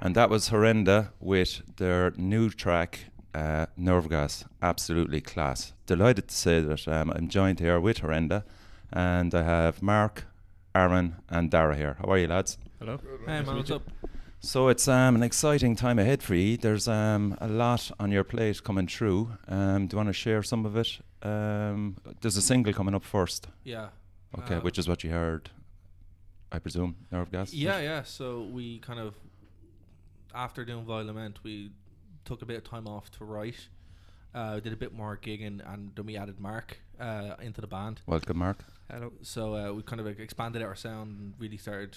And that was Horrenda with their new track, uh, Nerve Gas. Absolutely class. Delighted to say that um, I'm joined here with Horrenda, and I have Mark, Aaron, and Dara here. How are you, lads? Hello. Hey man, what's up? So it's um, an exciting time ahead for you. There's um, a lot on your plate coming through. Um, do you want to share some of it? Um, there's a single coming up first, Yeah. okay, Uh, which is what you heard, I presume, Nerve Gas? Yeah, yeah. So we kind of after doing Violament, we took a bit of time off to write. Uh, did a bit more gigging, and then we added Mark uh, into the band. Welcome, Mark. Hello. So uh, we kind of like, expanded our sound and really started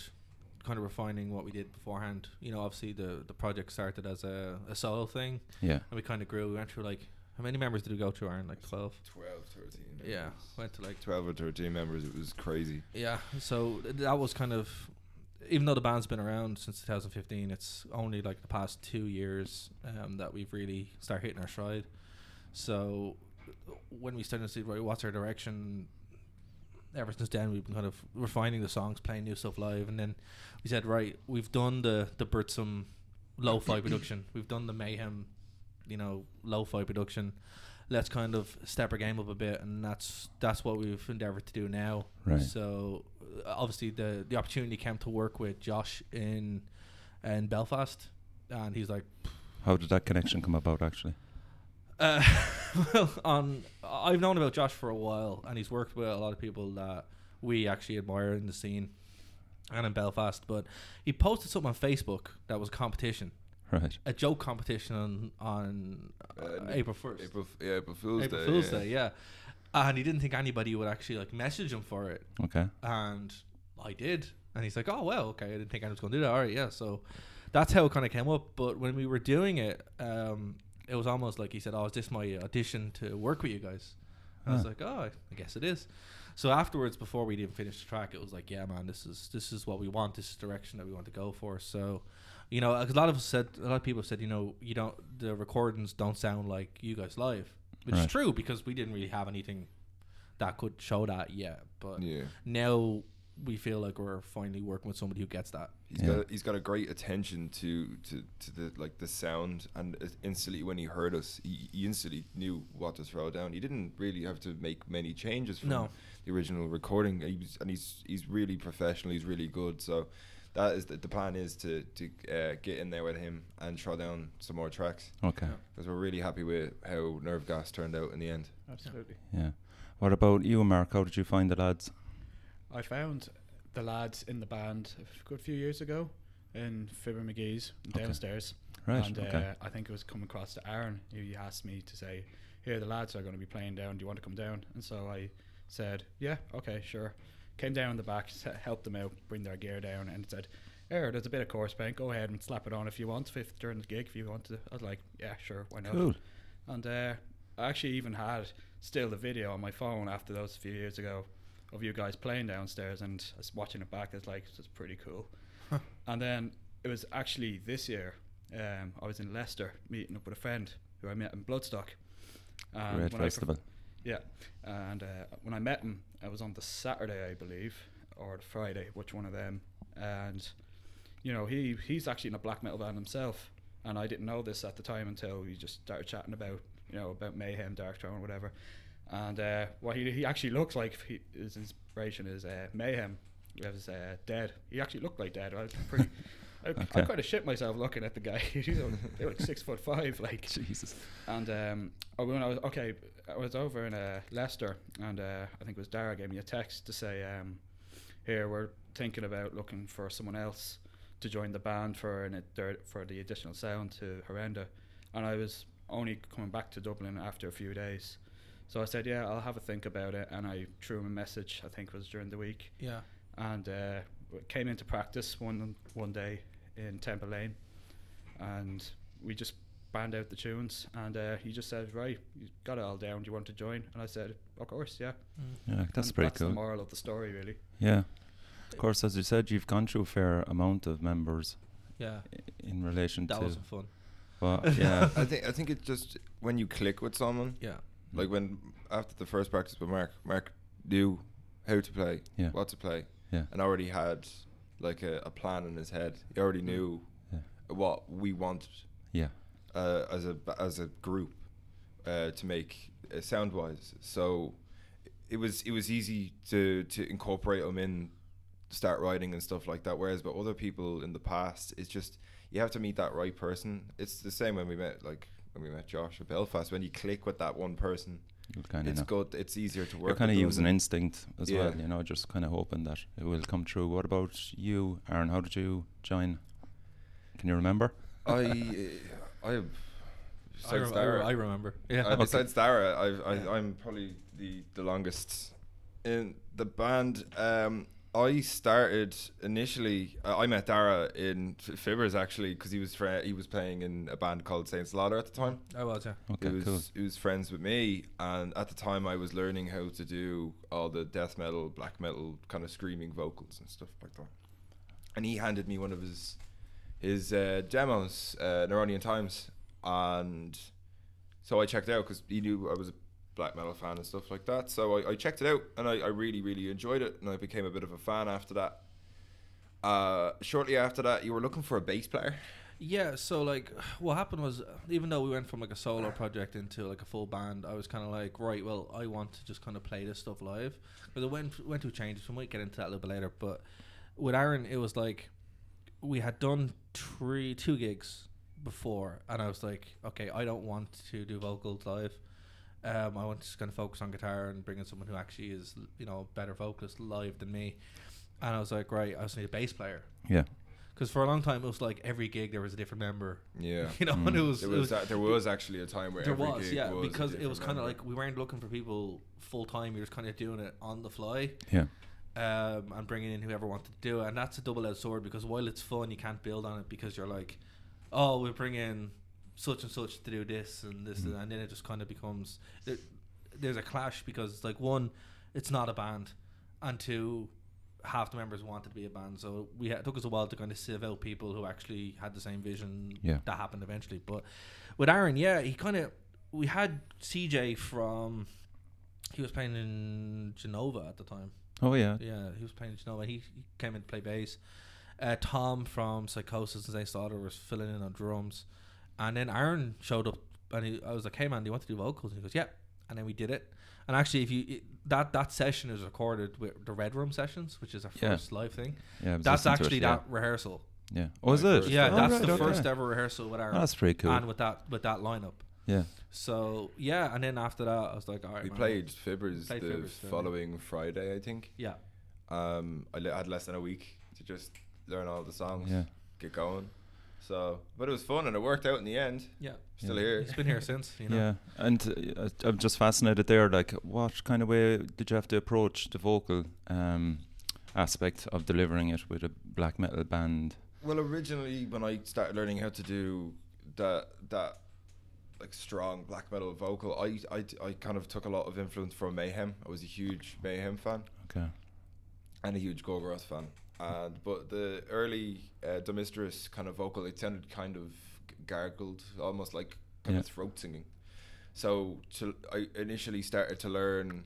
kind of refining what we did beforehand. You know, obviously the the project started as a, a solo thing, Yeah. and we kind of grew. We went through like how many members did we go through? Aaron, like twelve. 12, 13. Yeah, went to like 12 or 13 members. It was crazy. Yeah, so th- that was kind of, even though the band's been around since 2015, it's only like the past two years um, that we've really started hitting our stride. So when we started to see right, what's our direction, ever since then we've been kind of refining the songs, playing new stuff live, and then we said right, we've done the the Britsum lo-fi production, we've done the Mayhem, you know, lo-fi production. Let's kind of step our game up a bit, and that's that's what we've endeavored to do now. Right. So uh, obviously the the opportunity came to work with Josh in in Belfast, and he's like, How did that connection come about, actually? uh, well, on I've known about Josh for a while, and he's worked with a lot of people that we actually admire in the scene and in Belfast. But he posted something on Facebook that was a competition, Right. a joke competition on on uh, Uh, April first, April, f- yeah, April Fool's April Day. Fool's yeah. Day, yeah. And he didn't think anybody would actually like message him for it, Okay. and I did. And he's like, "Oh well, okay. I didn't think I was going to do that. All right, yeah." So that's how it kind of came up. But when we were doing it, um, it was almost like he said, "Oh, is this my audition to work with you guys?" I was Huh. like, "Oh, I guess it is." So afterwards, before we'd even finished the track, it was like, "Yeah, man, this is this is what we want. This is the direction that we want to go for." So. You know, 'cause a lot of us said, a lot of people said, you know, you don't, the recordings don't sound like you guys live, which Right. is true because we didn't really have anything that could show that yet. But Yeah. now we feel like we're finally working with somebody who gets that. He's Yeah. got he's got a great attention to to, to the like the sound and it- instantly when he heard us he, he instantly knew what to throw down. He didn't really have to make many changes from No. the original recording. He was, and he's he's really professional. He's really good. So that is the, the plan is to to uh, get in there with him and throw down some more tracks Okay. because we're really happy with how Nerve Gas turned out in the end. Absolutely. Yeah. What about you, Mark? How did you find the lads? I found the lads in the band a f- good few years ago in Fibber McGee's downstairs. Right. And okay. uh, I think it was coming across to Aaron who he asked me to say, Here, the lads are going to be playing down. Do you want to come down? And so I said, Yeah, okay, sure. Came down in the back, s- helped them out, bring their gear down, and said, Here, there's a bit of chorus bank. Go ahead and slap it on if you want. If during the gig, if you want to, I was like, yeah, sure, why not? Cool. And uh, I actually even had still the video on my phone after those few years ago of you guys playing downstairs and I was watching it back. It's like it's pretty cool. and then it was actually this year. Um, I was in Leicester meeting up with a friend who I met in Bloodstock. And Great when I perf- festival. yeah, and uh, when I met him, I was on the Saturday, I believe, or the Friday, which one of them. And you know, he he's actually in a black metal band himself, and I didn't know this at the time until we just started chatting about you know about Mayhem, Dark Throne, whatever. And uh, what he he actually looks like he, his inspiration is uh, Mayhem. He was uh, dead. He actually looked like dead. I was pretty. I, I Okay. kind of shit myself looking at the guy. He's like- like six foot five, like Jesus. and um, oh, when I was okay, I was over in uh, Leicester, and uh, I think it was Dara gave me a text to say, um, "Here, we're thinking about looking for someone else to join the band for an addi- for the additional sound to Horrenda," and I was only coming back to Dublin after a few days, so I said, "Yeah, I'll have a think about it," and I threw him a message. I think it was during the week, Yeah. and uh, w- came into practice one one day in Temple Lane, and we just banned out the tunes, and uh, he just said, "Right, you got it all down. Do you want to join?" And I said, "Of course, yeah." Mm, Yeah, that's And pretty that's The cool. moral of the story, really. Yeah. Of course, as you said, you've gone through a fair amount of members Yeah. i- in relation That to. wasn't fun. Well, yeah. I think I think it's just when you click with someone, Yeah. like when after the first practice with Mark, Mark knew how to play, Yeah. what to play, Yeah. and already had like a, a plan in his head. He already knew Yeah. what we wanted Yeah. uh, as a ba- as a group uh, to make uh, sound wise. So it was it was easy to to incorporate them in, start writing and stuff like that. Whereas with other people in the past, it's just you have to meet that right person. It's the same when we met like when we met Josh at Belfast. When you click with that one person, You kind of it's know. good. It's easier to work. You're kind of with them. using instinct as Yeah. well, you know, just kind of hoping that it will come true. What about you, Aaron? How did you join? Can you remember? I uh, I. I, besides rem- I, re- Dara- I remember. Uh, Yeah. Besides Dara, I've, I, Yeah. I'm probably the, the longest in the band. Um, I started initially. Uh, I met Dara in F- Fibbers actually because he was fri he was playing in a band called Saint Slaughter at the time. I was, yeah. Okay, who was cool. who was friends with me, and at the time I was learning how to do all the death metal, black metal kind of screaming vocals and stuff like that. And he handed me one of his his uh, demos, uh, Neronian Times, and so I checked out because he knew I was a black metal fan and stuff like that. So I, I checked it out, and I, I really really enjoyed it, and I became a bit of a fan after that. Uh, shortly after that, you were looking for a bass player. Yeah, so like what happened was uh, even though we went from like a solo project into like a full band, I was kind of like, right, well, I want to just kind of play this stuff live. But it went went through changes. We might get into that a little bit later. But with Aaron, it was like we had done three two gigs before, and I was like, okay, I don't want to do vocals live. Um, I want to just kind of focus on guitar and bring in someone who actually is you know a better vocalist live than me. And I was like, right, I just need a bass player. Yeah. Because for a long time, it was like every gig there was a different member. Yeah. You know, and it was, There it was, was that, there was actually a time where there every was, gig yeah, was a because it was different kind of member. like we weren't looking for people full time. We were just kind of doing it on the fly Yeah. um, and bringing in whoever wanted to do it. And that's a double edged sword because while it's fun, you can't build on it because you're like, oh, we bring in such and such to do this and this, and, and then it just kind of becomes there, there's a clash because it's like one, it's not a band, and two, half the members wanted to be a band. So we had, it took us a while to kind of sieve out people who actually had the same vision. Yeah. that happened eventually. But with Aaron, yeah, he kind of we had CJ from. He was playing in Genova at the time. Oh, yeah. Yeah, he was playing Genova. He, he came in to play bass. Uh, Tom from Psychosis and Zane Slaughter was filling in on drums. And then Aaron showed up and he, I was like, hey man, do you want to do vocals? And he goes, yep. And then we did it. And actually, if you it, that that session is recorded with the Red Room sessions, which is our Yeah. first live thing. Yeah. I was That's listening to it, actually yeah. that rehearsal. Yeah. Oh, is My it? first Yeah, Oh, that's right, the okay. first ever rehearsal with Aaron That's pretty cool. and with that with that lineup. Yeah. So yeah, and then after that, I was like, all right, we man. played Fibbers Played the Fibbers, didn't we? following Friday, I think. Yeah, Um, I le- had less than a week to just learn all the songs, Yeah. get going. So, but it was fun and it worked out in the end. yeah. Still Yeah. here. He's been here since, you know. Yeah, and uh, I- I'm just fascinated there. Like, what kind of way did you have to approach the vocal um, aspect of delivering it with a black metal band? Well, originally when I started learning how to do that that like strong black metal vocal, I I, I kind of took a lot of influence from Mayhem. I was a huge Mayhem fan Okay. and a huge Gorgoroth fan. And but the early uh, Domistrus kind of vocal, it sounded kind of g- gargled, almost like kind of Yeah. throat singing. So to, I initially started to learn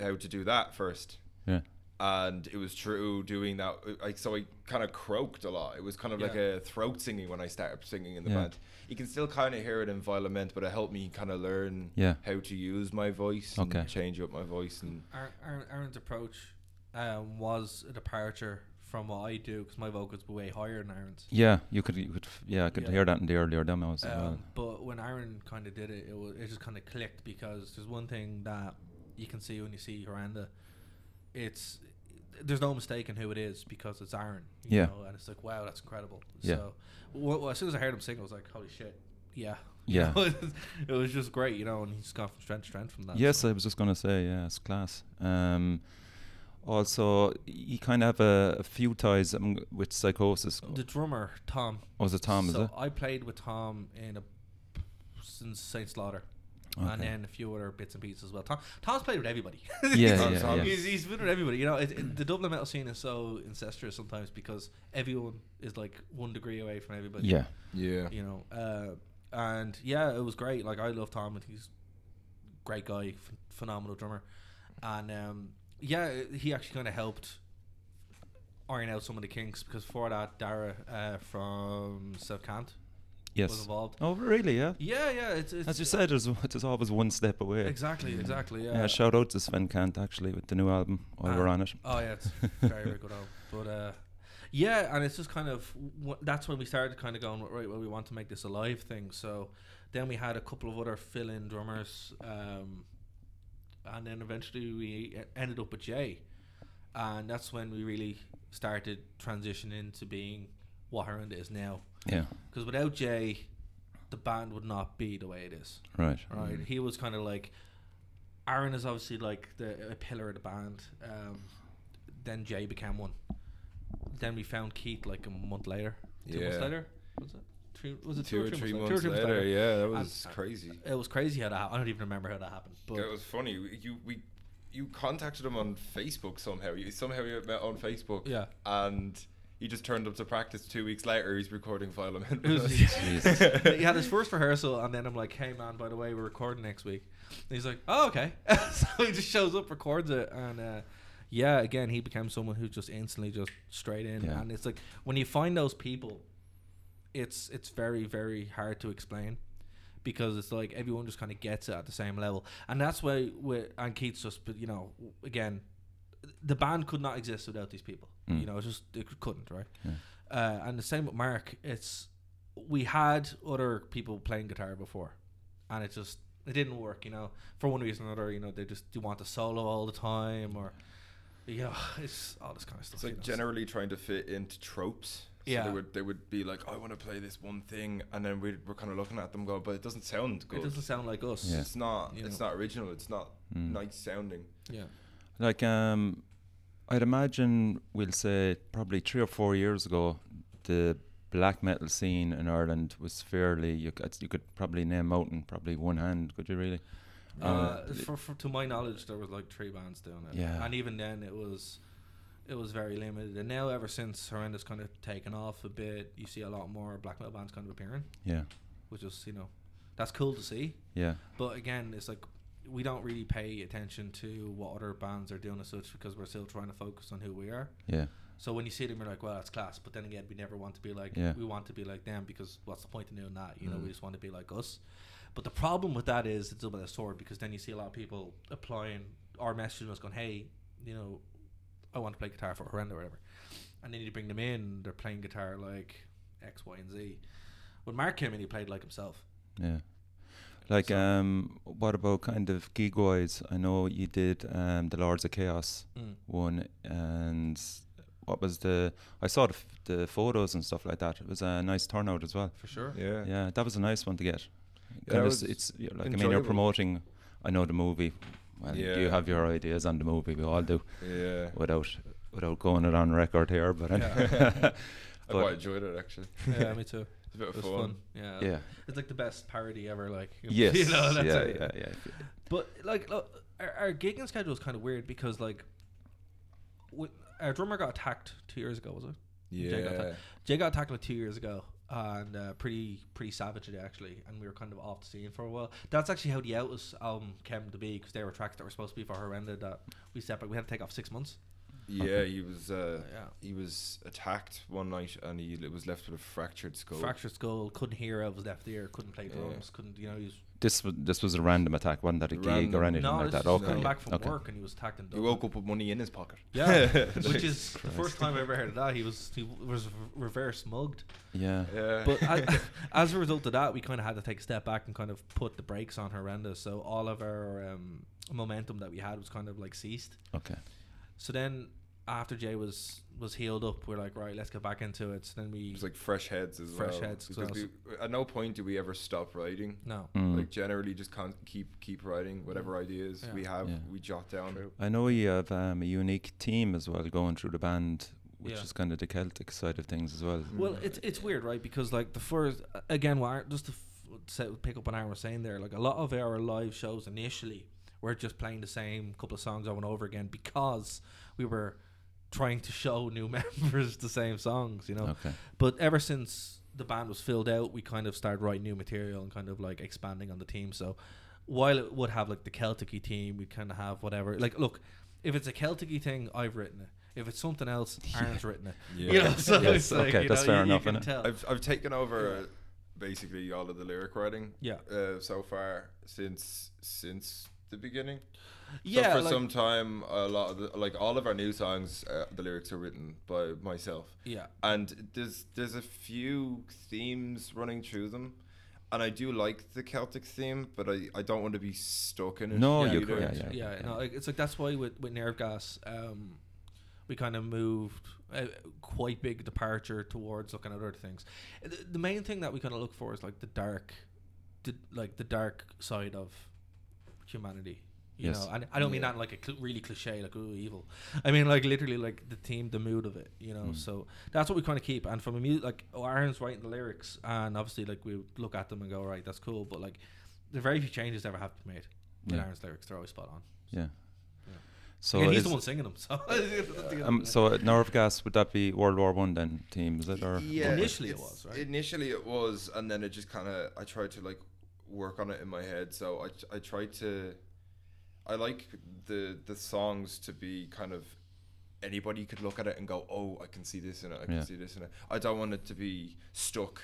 how to do that first, Yeah. and it was true doing that. uh, I, so I kind of croaked a lot. It was kind of like Yeah. a throat singing when I started singing in the Yeah. band. You can still kind of hear it in Violament, but it helped me kind of learn Yeah. how to use my voice Okay. and change up my voice Mm. and Aaron, Aaron, Aaron's approach um, was a departure from what I do because my vocals were way higher than Aaron's. Yeah, you could, you could, f- yeah, I could Yeah. hear that in the earlier demos as well. Um, but when Aaron kind of did it, it, was, it just kind of clicked because there's one thing that you can see when you see Hiranda. It's there's no mistaking who it is because it's Aaron. You Yeah. Know? And it's like wow, that's incredible. Yeah. So well, well, as soon as I heard him sing, I was like, holy shit, yeah. You Yeah. know, it was just great, you know. And he's gone from strength to strength from that. yes, so. I was just going to say, yeah, it's class. Um, also, you kind of have a, a few ties um, with psychosis. the drummer Tom. Oh, is it Tom, is So it? I played with Tom in a since Saint Slaughter. Okay. And then a few other bits and pieces as well. Tom, Tom's played with everybody. Yeah, yeah, yeah. He's, he's been with everybody. You know, it, it- the Dublin metal scene is so incestuous sometimes because everyone is like one degree away from everybody. yeah, yeah. You know, uh, and yeah, it was great. Like I love Tom, and he's a great guy, ph phenomenal drummer, and um, yeah, he actually kind of helped iron out some of the kinks because before that, Dara uh, from Sevcant was yes. involved. Oh, really? Yeah. Yeah, yeah. It's, it's As you said, there's, there's always one step away. exactly, exactly. Yeah, shout out to Sven Kant actually with the new album while we're Ah. on it. Oh yeah, it's very very good album. But uh, yeah, and it's just kind of wh- that's when we started kind of going right. Well, we want to make this a live thing. So then we had a couple of other fill-in drummers, um, and then eventually we e- ended up with Jay, and that's when we really started transitioning to being what Heranda is now. Yeah, Because without Jay, the band would not be the way it is right. Mm. right? He was kind of like Aaron is obviously like the a pillar of the band. Um, then Jay became one. Then we found Keith like a month later, two months Yeah. later. Was it three? Was it two or three months, Two or later, yeah, that was and- crazy. It was crazy how that. hap- I don't even remember how that happened. But That was funny. We- You we you contacted him on Facebook somehow. You somehow you met on Facebook. Yeah. and he just turned up to practice two weeks later. He's recording Violent. It was- Oh, Jesus. he had his first rehearsal, and then I'm like, "Hey man, by the way, we're recording next week." And he's like, "Oh okay." so he just shows up, records it, and uh, yeah, again, he became someone who just instantly just straight in. Yeah. And it's like when you find those people, it's it's very very hard to explain because it's like everyone just kind of gets it at the same level, and that's why with and Keats just, but you know, again, the band could not exist without these people. Mm. You know, it's just it couldn't, right? Yeah. Uh, and the same with Mark. It's we had other people playing guitar before, and it just it didn't work. You know, for one reason or another. You know, they just they want to solo all the time, or you know, it's all this kind of stuff. It's you like know, so- generally trying to fit into tropes. So Yeah. they would they would be like, I want to play this one thing, and then we we're kind of looking at them going, but it doesn't sound good. It doesn't sound like us. Yeah. It's not. You it's know. not original. It's not Mm. nice sounding. Yeah. Like, um, I'd imagine we'll say probably three or four years ago, the black metal scene in Ireland was fairly. You could, you could probably name out in probably one hand. Could you really? Uh, Uh, for, for to my knowledge, there was like three bands doing it. Yeah. and even then, it was it was very limited. And now, ever since Horrendous kind of taken off a bit, you see a lot more black metal bands kind of appearing, Yeah, which is you know that's cool to see. yeah, But again, it's like we don't really pay attention to what other bands are doing as such because we're still trying to focus on who we are. yeah, So when you see them, you're like, well, that's class. But then again, we never want to be like, Yeah. we want to be like them because what's the point in doing that? You know, Mm. we just want to be like us. But the problem with that is it's a bit of sword because then you see a lot of people applying our message and us going, hey, you know, I want to play guitar for Horrenda or whatever. And then you bring them in, they're playing guitar like X, Y, and Z. When Mark came in, he played like himself. yeah. Like, So- um, what about kind of gig wise? I know you did um, the Lords of Chaos Mm. one, and what was the? I saw the, f- the photos and stuff like that. It was a nice turnout as well. For sure. Yeah. Yeah, that was a nice one to get. Yeah, Kind of that s- was it's you know, like I mean, you're enjoyable. promoting. I know the movie. Well, you Yeah. have your ideas on the movie. We all do, Yeah. without without going it on record here. But Yeah. I But- quite enjoyed it actually. yeah, me too. It's a bit It of was fun. fun. Yeah. Yeah. It's like the best parody ever. Like, Yes. you know, that's yeah, it. yeah, yeah, But like, look, our, our gigging schedule is kind of weird because like, w our drummer got attacked two years ago. Was it? Jay got, Yeah. attacked. Jay got attacked like two years ago, and uh, pretty pretty savagely actually. And we were kind of off the scene for a while. That's actually how the Otis album came to be because there were tracks that were supposed to be for Horrenda that we separate. We had to take off six months. Yeah, he was uh, Yeah. he was attacked one night and he l- was left with a fractured skull. Fractured skull, couldn't hear out of his left ear, couldn't play Yeah. drums, couldn't you know he was This was this was a random attack, wasn't that a gig Random. or anything no, like this that? was Okay, just coming yeah, back from okay. work and he was attacked and He woke up with money in his pocket. Yeah, which is Jesus the first Christ. time I ever heard of that. He was he was re- reverse mugged. Yeah. Yeah. But as, as a result of that, we kind of had to take a step back and kind of put the brakes on horrendous. So all of our um, momentum that we had was kind of like ceased. Okay. So then after Jay was was healed up, we're like, right, let's get back into it. So then we it was like fresh heads as Fresh well. heads as because well. we- at no point do we ever stop writing. no, Mm. Like generally, just con- keep keep writing whatever ideas Yeah. we have, Yeah. we jot down. True. I know you have um, a unique team as well going through the band, which Yeah. is kind of the Celtic side of things as well. Well, it's it's weird, right? Because like the first again, well, just to f- say, pick up on Aaron was saying there, like a lot of our live shows initially were just playing the same couple of songs over and over again because we were trying to show new members the same songs, you know. Okay. But ever since the band was filled out, we kind of started writing new material and kind of like expanding on the team. So while it would have like the Celtic team, we kind of have whatever. Like, look, if it's a Celtic thing, I've written it. If it's something else, Aaron's written it. Yeah. You know, so Yes, it's like, okay, you that's know, fair you- you enough, can innit? tell. I've I've taken over uh, basically all of the lyric writing. Yeah. Uh, so far since since the beginning. yeah, So for like- some time, a lot of the, like all of our new songs, uh, the lyrics are written by myself, yeah, and there's there's a few themes running through them, and I do like the Celtic theme, but I, I don't want to be stuck in it. No, Yeah, you you could. do Yeah, it. yeah, yeah. No, like, it's like that's why with with nerve gas, um, we kind of moved a quite big departure towards looking at other things. The, the main thing that we kind of look for is like the dark, the, like the dark side of humanity. You Yes. know, and I don't mean Yeah. that in like a cl- really cliche, like ooh evil. I mean like literally like the theme, the mood of it. You know, Mm. so that's what we kind of keep. And from a music, like oh, Aaron's writing the lyrics, and obviously like we look at them and go, right, that's cool. But like, there are very few changes that ever have been made. in Yeah. Aaron's lyrics, they're always spot on. yeah. Yeah. So and he's is- the one singing them. So um, so at Nerve Gas would that be World War One then team? Is it or Yeah, Initially it it's- was, right? Initially it was, and then it just kind of I tried to like work on it in my head. So I I tried to I like the the songs to be kind of anybody could look at it and go, oh, I can see this in it, I can Yeah. see this in it. I don't want it to be stuck.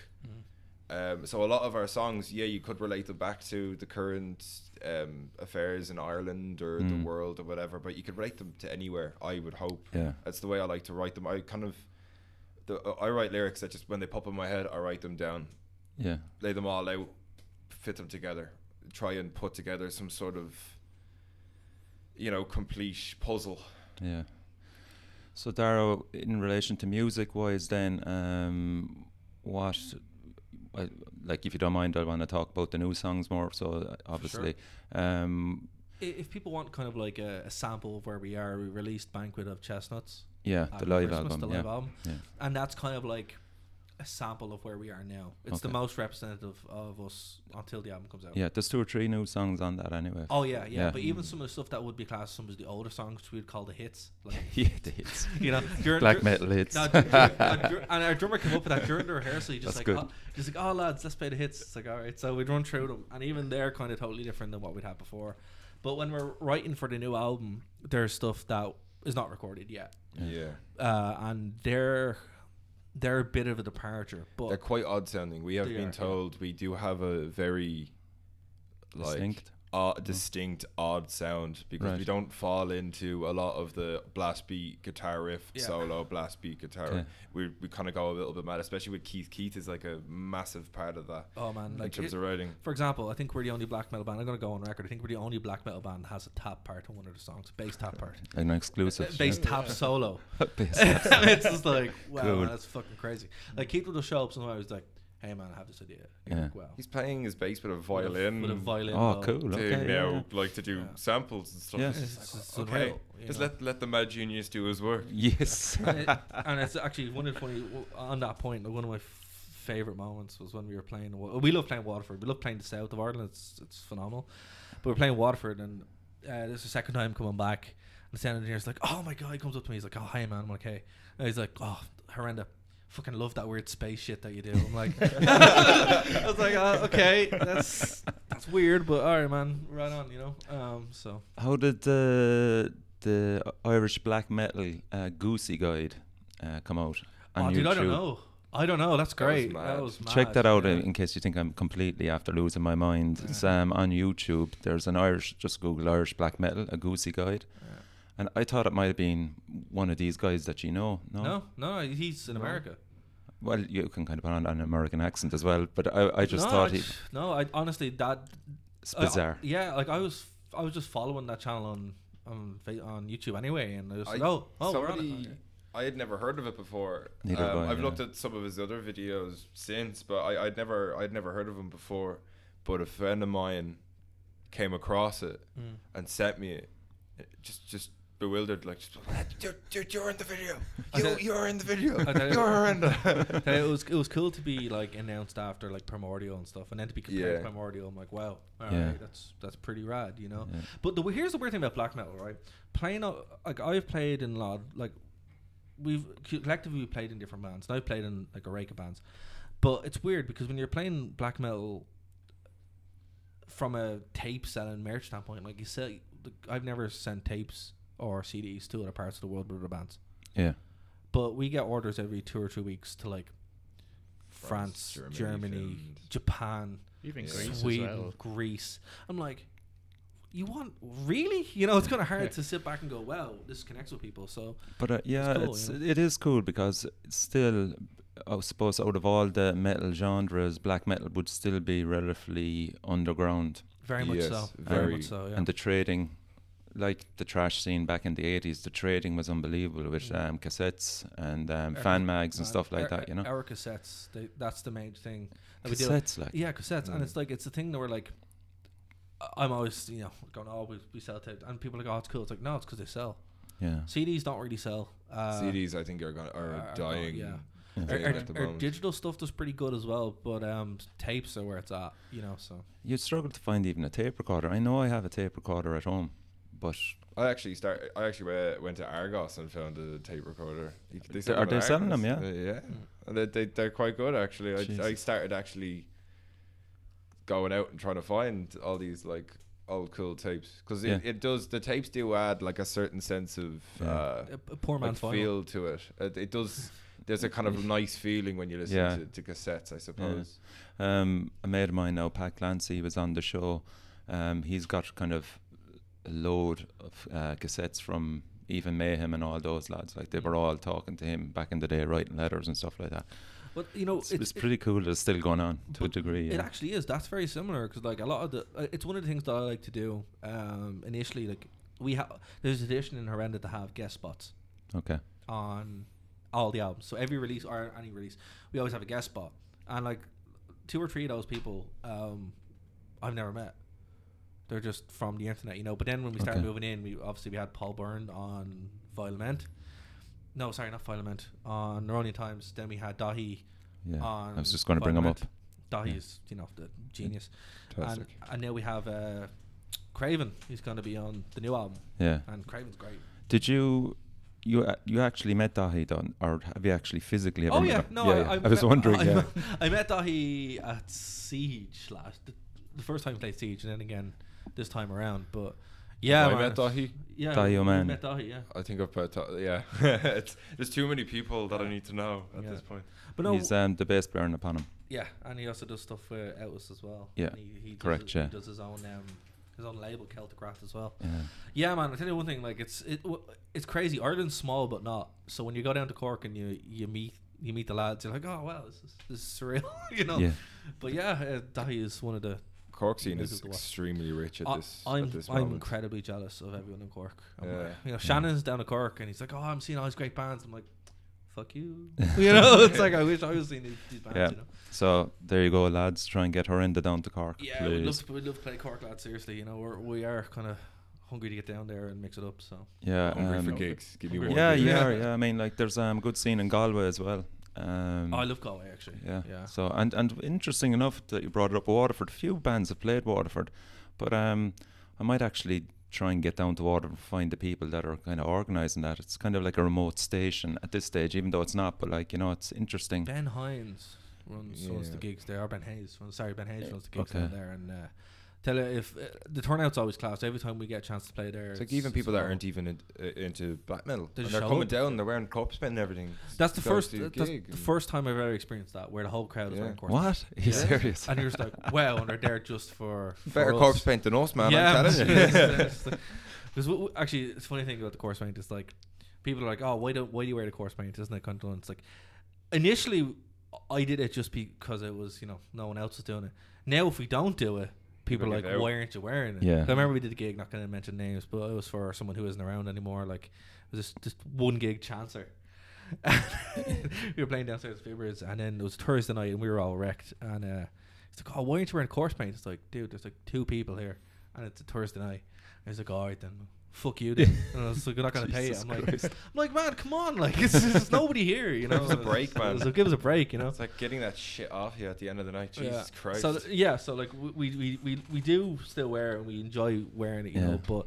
Um, so a lot of our songs, yeah, you could relate them back to the current um, affairs in Ireland or Mm. the world or whatever, but you could relate them to anywhere. I would hope. Yeah. That's the way I like to write them. I kind of, the, I write lyrics that just when they pop in my head, I write them down, Yeah. lay them all out, fit them together, try and put together some sort of, you know, complete puzzle. Yeah. So Darrow, in relation to music wise, then um, what? I, like, if you don't mind, I want to talk about the new songs more. So uh, obviously, um, if people want kind of like a, a sample of where we are, we released Banquet of Chestnuts. yeah, after the live Christmas, album. The yeah. live album. yeah. And that's kind of like a sample of where we are now. It's the Okay. most representative of us until the album comes out. Yeah, there's two or three new songs on that anyway. Oh yeah, yeah, Yeah. Mm. But even some of the stuff that would be classed as some of the older songs, which we'd call the hits. Like yeah, the hits. you know, during- Black dur- metal hits. No, dur- dur- uh, dur- and our drummer came up with that during the rehearsal. He just That's like, good. oh, just like, oh lads, let's play the hits. It's like, all right. So we'd run through them, and even they're kind of totally different than what we'd had before. But when we're writing for the new album, there's stuff that is not recorded yet, Yeah. uh, and they're they're a bit of a departure. But They're quite odd sounding. We have They been are, yeah. told we do have a very like Distinct. odd- distinct odd sound because Mm. Right. we don't fall into a lot of the blast beat guitar riff Yeah. solo blast beat guitar. Okay. We we kind of go a little bit mad, especially with Keith. Keith is like a massive part of that oh man, in like terms it- of writing. for example, I think we're the only black metal band. I'm gonna go on record. I think we're the only black metal band that has a tap part on one of the songs, bass tap part, An exclusive. bass tap solo. Bass. And it's just like, wow, Cool. that's fucking crazy. Like Keith would just show up somewhere. He's like, hey man, I have this idea. Yeah. You're like, wow. He's playing his bass with a With a- violin. With a violin. Oh, bow. cool. To Okay, now, yeah. like to do Yeah. samples and stuff. Yeah. It's It's- just it's- it's like, okay, unreal, you just know. let let the mad genius do his work. Yes. and, it- and it's actually one of the funny on that point. One of my f- favorite moments was when we were playing. Wa- We love playing Waterford. We love playing the south of Ireland. It's it's phenomenal. But we're playing Waterford, and uh, this is the second time coming back. And the sound engineer's like, "Oh my god!" He comes up to me. He's like, "Oh hi man, I'm okay." And he's like, "Oh horrendous." Fucking love that weird space shit that you do. I'm like, I was like, uh, okay, that's that's weird, but all right, man, right on, you know. Um, so How did the the Irish black metal uh, Goosey Guide uh, come out? on oh, dude, I don't YouTube? know. I don't know. That's That was great. mad. That was mad. Check that out yeah. Uh-huh. in, in case you think I'm completely after losing my mind. It's um, on YouTube. There's an Irish, just Google Irish black metal, a Goosey Guide. Yeah. And I thought it might have been one of these guys that you know. No. No, no, he's in No. America. Well, you can kind of put on an American accent as well, but I, I just no, thought I he, j- no, I honestly that it's I- I- bizarre. yeah, like I was, I was just following that channel on on Fa- on YouTube anyway, and I was I- like, oh, oh, we're on it. somebody- I had never heard of it before. Um, Neither have I, I've yeah. looked at some of his other videos since, but I, I'd never I'd never heard of him before. But a friend of mine came across it Mm. and sent me it. It Just just bewildered, like just, dude, dude, you're in the video. I You don't- you're in the video. I don't- You're horrendous. Yeah, it was it was cool to be like announced after like primordial and stuff, and then to be compared to Yeah. primordial. I'm like, wow, all right, Yeah. that's that's pretty rad, you know. Yeah. But the, w- here's the weird thing about black metal, right? Playing o- like I've played in a lot, like we've co- collectively we played in different bands. And I've played in like a rake of bands, but it's weird because when you're playing black metal from a tape selling merch standpoint, like you sell, I've never sent tapes or CDs to other parts of the world with other bands Yeah. but we get orders every two or three weeks to like France, France, Germany, Germany, Finland. Japan, Even Yeah. Greece Sweden, as well. Greece. I'm like, you want really? You know, it's kind of hard to sit back and go, wow, this connects with people. So But uh, yeah, cool, it's, you it is cool because it's still, I suppose, out of all the metal genres, black metal would still be relatively underground, very much Yes, so, very, very- much so. Yeah. and the trading, like the trash scene back in the eighties, the trading was unbelievable with Mm. um, cassettes and um, Our fan ca- mags and man, stuff like our- that. You know, our cassettes. They, that's the main thing. that we deal with. cassettes like Yeah, cassettes, and Mm. it's like it's the thing that we're like, I- I'm always you know going, oh, we, we sell tapes, and people are like, oh, it's cool. It's like no, it's because they sell. yeah. CDs don't really sell. Uh, CDs, I think, are gonna, are, are- a are gone, dying. yeah. Yeah. Our, thing our, at the our moment. digital stuff does pretty good as well, but um, tapes are where it's at, you know. So You'd struggle to find even a tape recorder. I know I have a tape recorder at home, but I actually start. I actually we- went to Argos and found a tape recorder. You c- sell Are at they selling Argos. them, yeah? Uh, yeah, Mm. And they, they they're quite good actually. I, I Jesus. started actually going out and trying to find all these like old cool tapes because it, Yeah. it does the tapes do add like a certain sense of Yeah. uh, a, a poor like man's final. feel to it. it. It does. There's a kind of nice feeling when you listen Yeah. to, to cassettes, I suppose. Um, a mate of mine now, Pat Clancy, was on the show. Um, he's got kind of a load of uh, cassettes from even Mayhem and all those lads. Like they were all talking to him back in the day, writing letters and stuff like that. But you know, It's, it's, it's pretty cool that it's still going on to a but degree. it, Yeah. actually is. That's very similar because like a lot of the, uh, it's one of the things that I like to do. Um, initially, like we have, there's a tradition in Horrenda to have guest spots okay. on all the albums. So every release or any release, we always have a guest spot, and like two or three of those people, um, I've never met. They're just from the internet, you know. But then when we started Okay. moving in, we obviously we had Paul Byrne on Violament. No, sorry, not Violament. On Neronian Times. Then we had Dahi Yeah. on. I was just going to bring him up. Violent. Dahi Yeah. is, you know, the genius. And, Fantastic. and now we have uh, Craven. He's going to be on the new album, Yeah. and Craven's great. Did you? You, a- you actually met Dahi, Don, or have you actually physically ever Oh met yeah, him? no, I, I I was met- wondering. I, yeah. I met Dahi at Siege last, the, the first time we played Siege, and then again this time around. But yeah, I man, met Dahi. Yeah, Dahi we Oman. met Dahi. Yeah, I think I've put to- yeah. it's, there's too many people that I need to know at Yeah. this point. but no, He's um, the bass player in Panem. yeah, and he also does stuff with Elvis as well. Yeah, and he, he does correct, his- yeah. he does his own um, his own label, Celtic Craft as well. Yeah. Yeah, man. I tell you one thing, like it's it w- it's crazy. Ireland's small, but not. So when you go down to Cork and you you meet you meet the lads, you're like, oh wow, this is, this is surreal, you know. Yeah. But yeah, uh, Dahi is one of the Cork scene Middle is to what? extremely rich at I- this. I'm, at this I'm moment. incredibly jealous of everyone in Cork. I'm Yeah. like- you know, Shannon's down at Cork and he's like, "Oh, I'm seeing all these great bands." I'm like, fuck you. you know, it's like I wish I was in these, these bands. Yeah. You know? So there you go, lads. Try and get Horrenda down to Cork, Yeah, we please. love to, we love to play Cork lads. Seriously, you know, we're, we are kind of hungry to get down there and mix it up. So yeah, Hungry for um, gigs. Give me hungry one. for yeah, gig. yeah, Yeah. yeah, I mean, like there's um good scene in Galway as well. Um, oh, I love Galway actually. yeah. yeah. So and and interesting enough that you brought it up Waterford. Few bands have played Waterford, but um, I might actually try and get down to Waterford and find the people that are kind of organising that. It's kind of like a remote station at this stage, even though it's not. But like you know, it's interesting. Ben Hines runs runs the Yeah. gigs there. Or Ben Hayes, runs, sorry, Ben Hayes Eh, runs the gigs okay. down there. And uh, tell you if uh, the turnout's always class. Every time we get a chance to play there, It's like even people that full. aren't even in, uh, into black metal, They and just they're show coming up. down. They're wearing corpse paint and everything. That's the Goes first. to the that's gig the and- first time I've ever experienced that, where the whole crowd was Yeah. wearing corpse. What? Are you Yeah. serious? And you're just like, wow, and they're there just for, for Better us. corpse paint than us, man. I'm telling you. Because actually, it's a funny thing about the course paint is like, people are like, "Oh, why don't why do you wear the course paint?" Isn't it kind of It's like, initially, I did it just because it was you know no one else was doing it. Now, if we don't do it, people are People like, get out. "Why aren't you wearing it?" Yeah. 'Cause I remember we did a gig, not going to mention names, but it was for someone who isn't around anymore. Like, it was just, just one gig chancer. we were playing downstairs at Fibers, and then it was Thursday night, and we were all wrecked. And uh, it's like, oh, why aren't you wearing course paint? It's like, dude, there's like two people here, and it's a Thursday night. And it's like, all right, then fuck you, dude. and I was like, we're not gonna pay you. Jesus I'm like, Christ. I'm like, man, come on, like, it's, there's nobody here, you know. Give us a break, man. So give us a break, you know. It's like getting that shit off you at the end of the night. Jesus yeah. Christ. So th- yeah, so like we we, we, we we do still wear it and we enjoy wearing it, you know. Yeah. But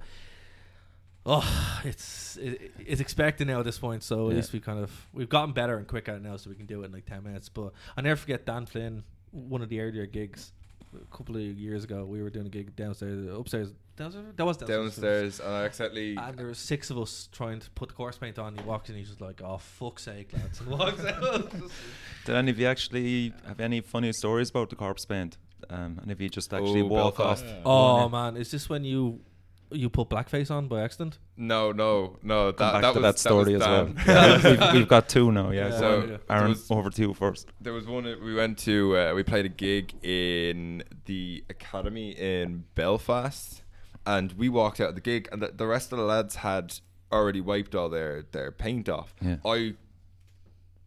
oh, it's it, it's expected now at this point. So at Yeah. least we kind of we've gotten better and quicker now, so we can do it in like ten minutes. But I never forget Dan Flynn, one of the earlier gigs. A couple of years ago, we were doing a gig downstairs, upstairs, downstairs. That was downstairs. downstairs, and I accidentally. And there were six of us trying to put the course paint on. He walks in, he's just like, "Oh fuck's sake, lads!" And walks out. Did any of you actually have any funny stories about the corpse paint? Um, and if you just actually Oh, walk Belfast. off? Yeah. going oh in? man, is this when you you put blackface on by accident? No, no, no. That Come back that to was that story was as well. Dan. Yeah, we've- we've, we've got two now. Yeah. Yeah. So So there Aaron, was, over to you first. there was one that we went to. Uh, we played a gig in the academy in Belfast, and we walked out of the gig, and the, the rest of the lads had already wiped all their their paint off. Yeah. I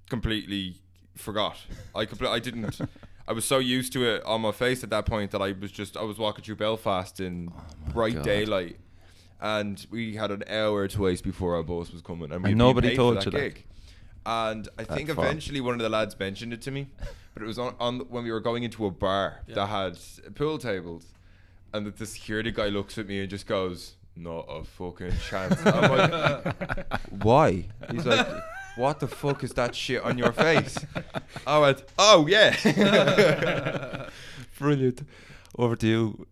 completely forgot. I compl- I didn't. I was so used to it on my face at that point that I was just I was walking through Belfast in Oh my bright God. daylight, and we had an hour to waste before our bus was coming, and, we nobody told you for that that. gig. And I think far. eventually one of the lads mentioned it to me, but it was on, on when we were going into a bar Yeah. that had pool tables, and that the security guy looks at me and just goes, "Not a fucking chance." I'm like, "Why?" He's like, "What the fuck is that shit on your face?" I went, "Oh yeah." Brilliant. Over to you,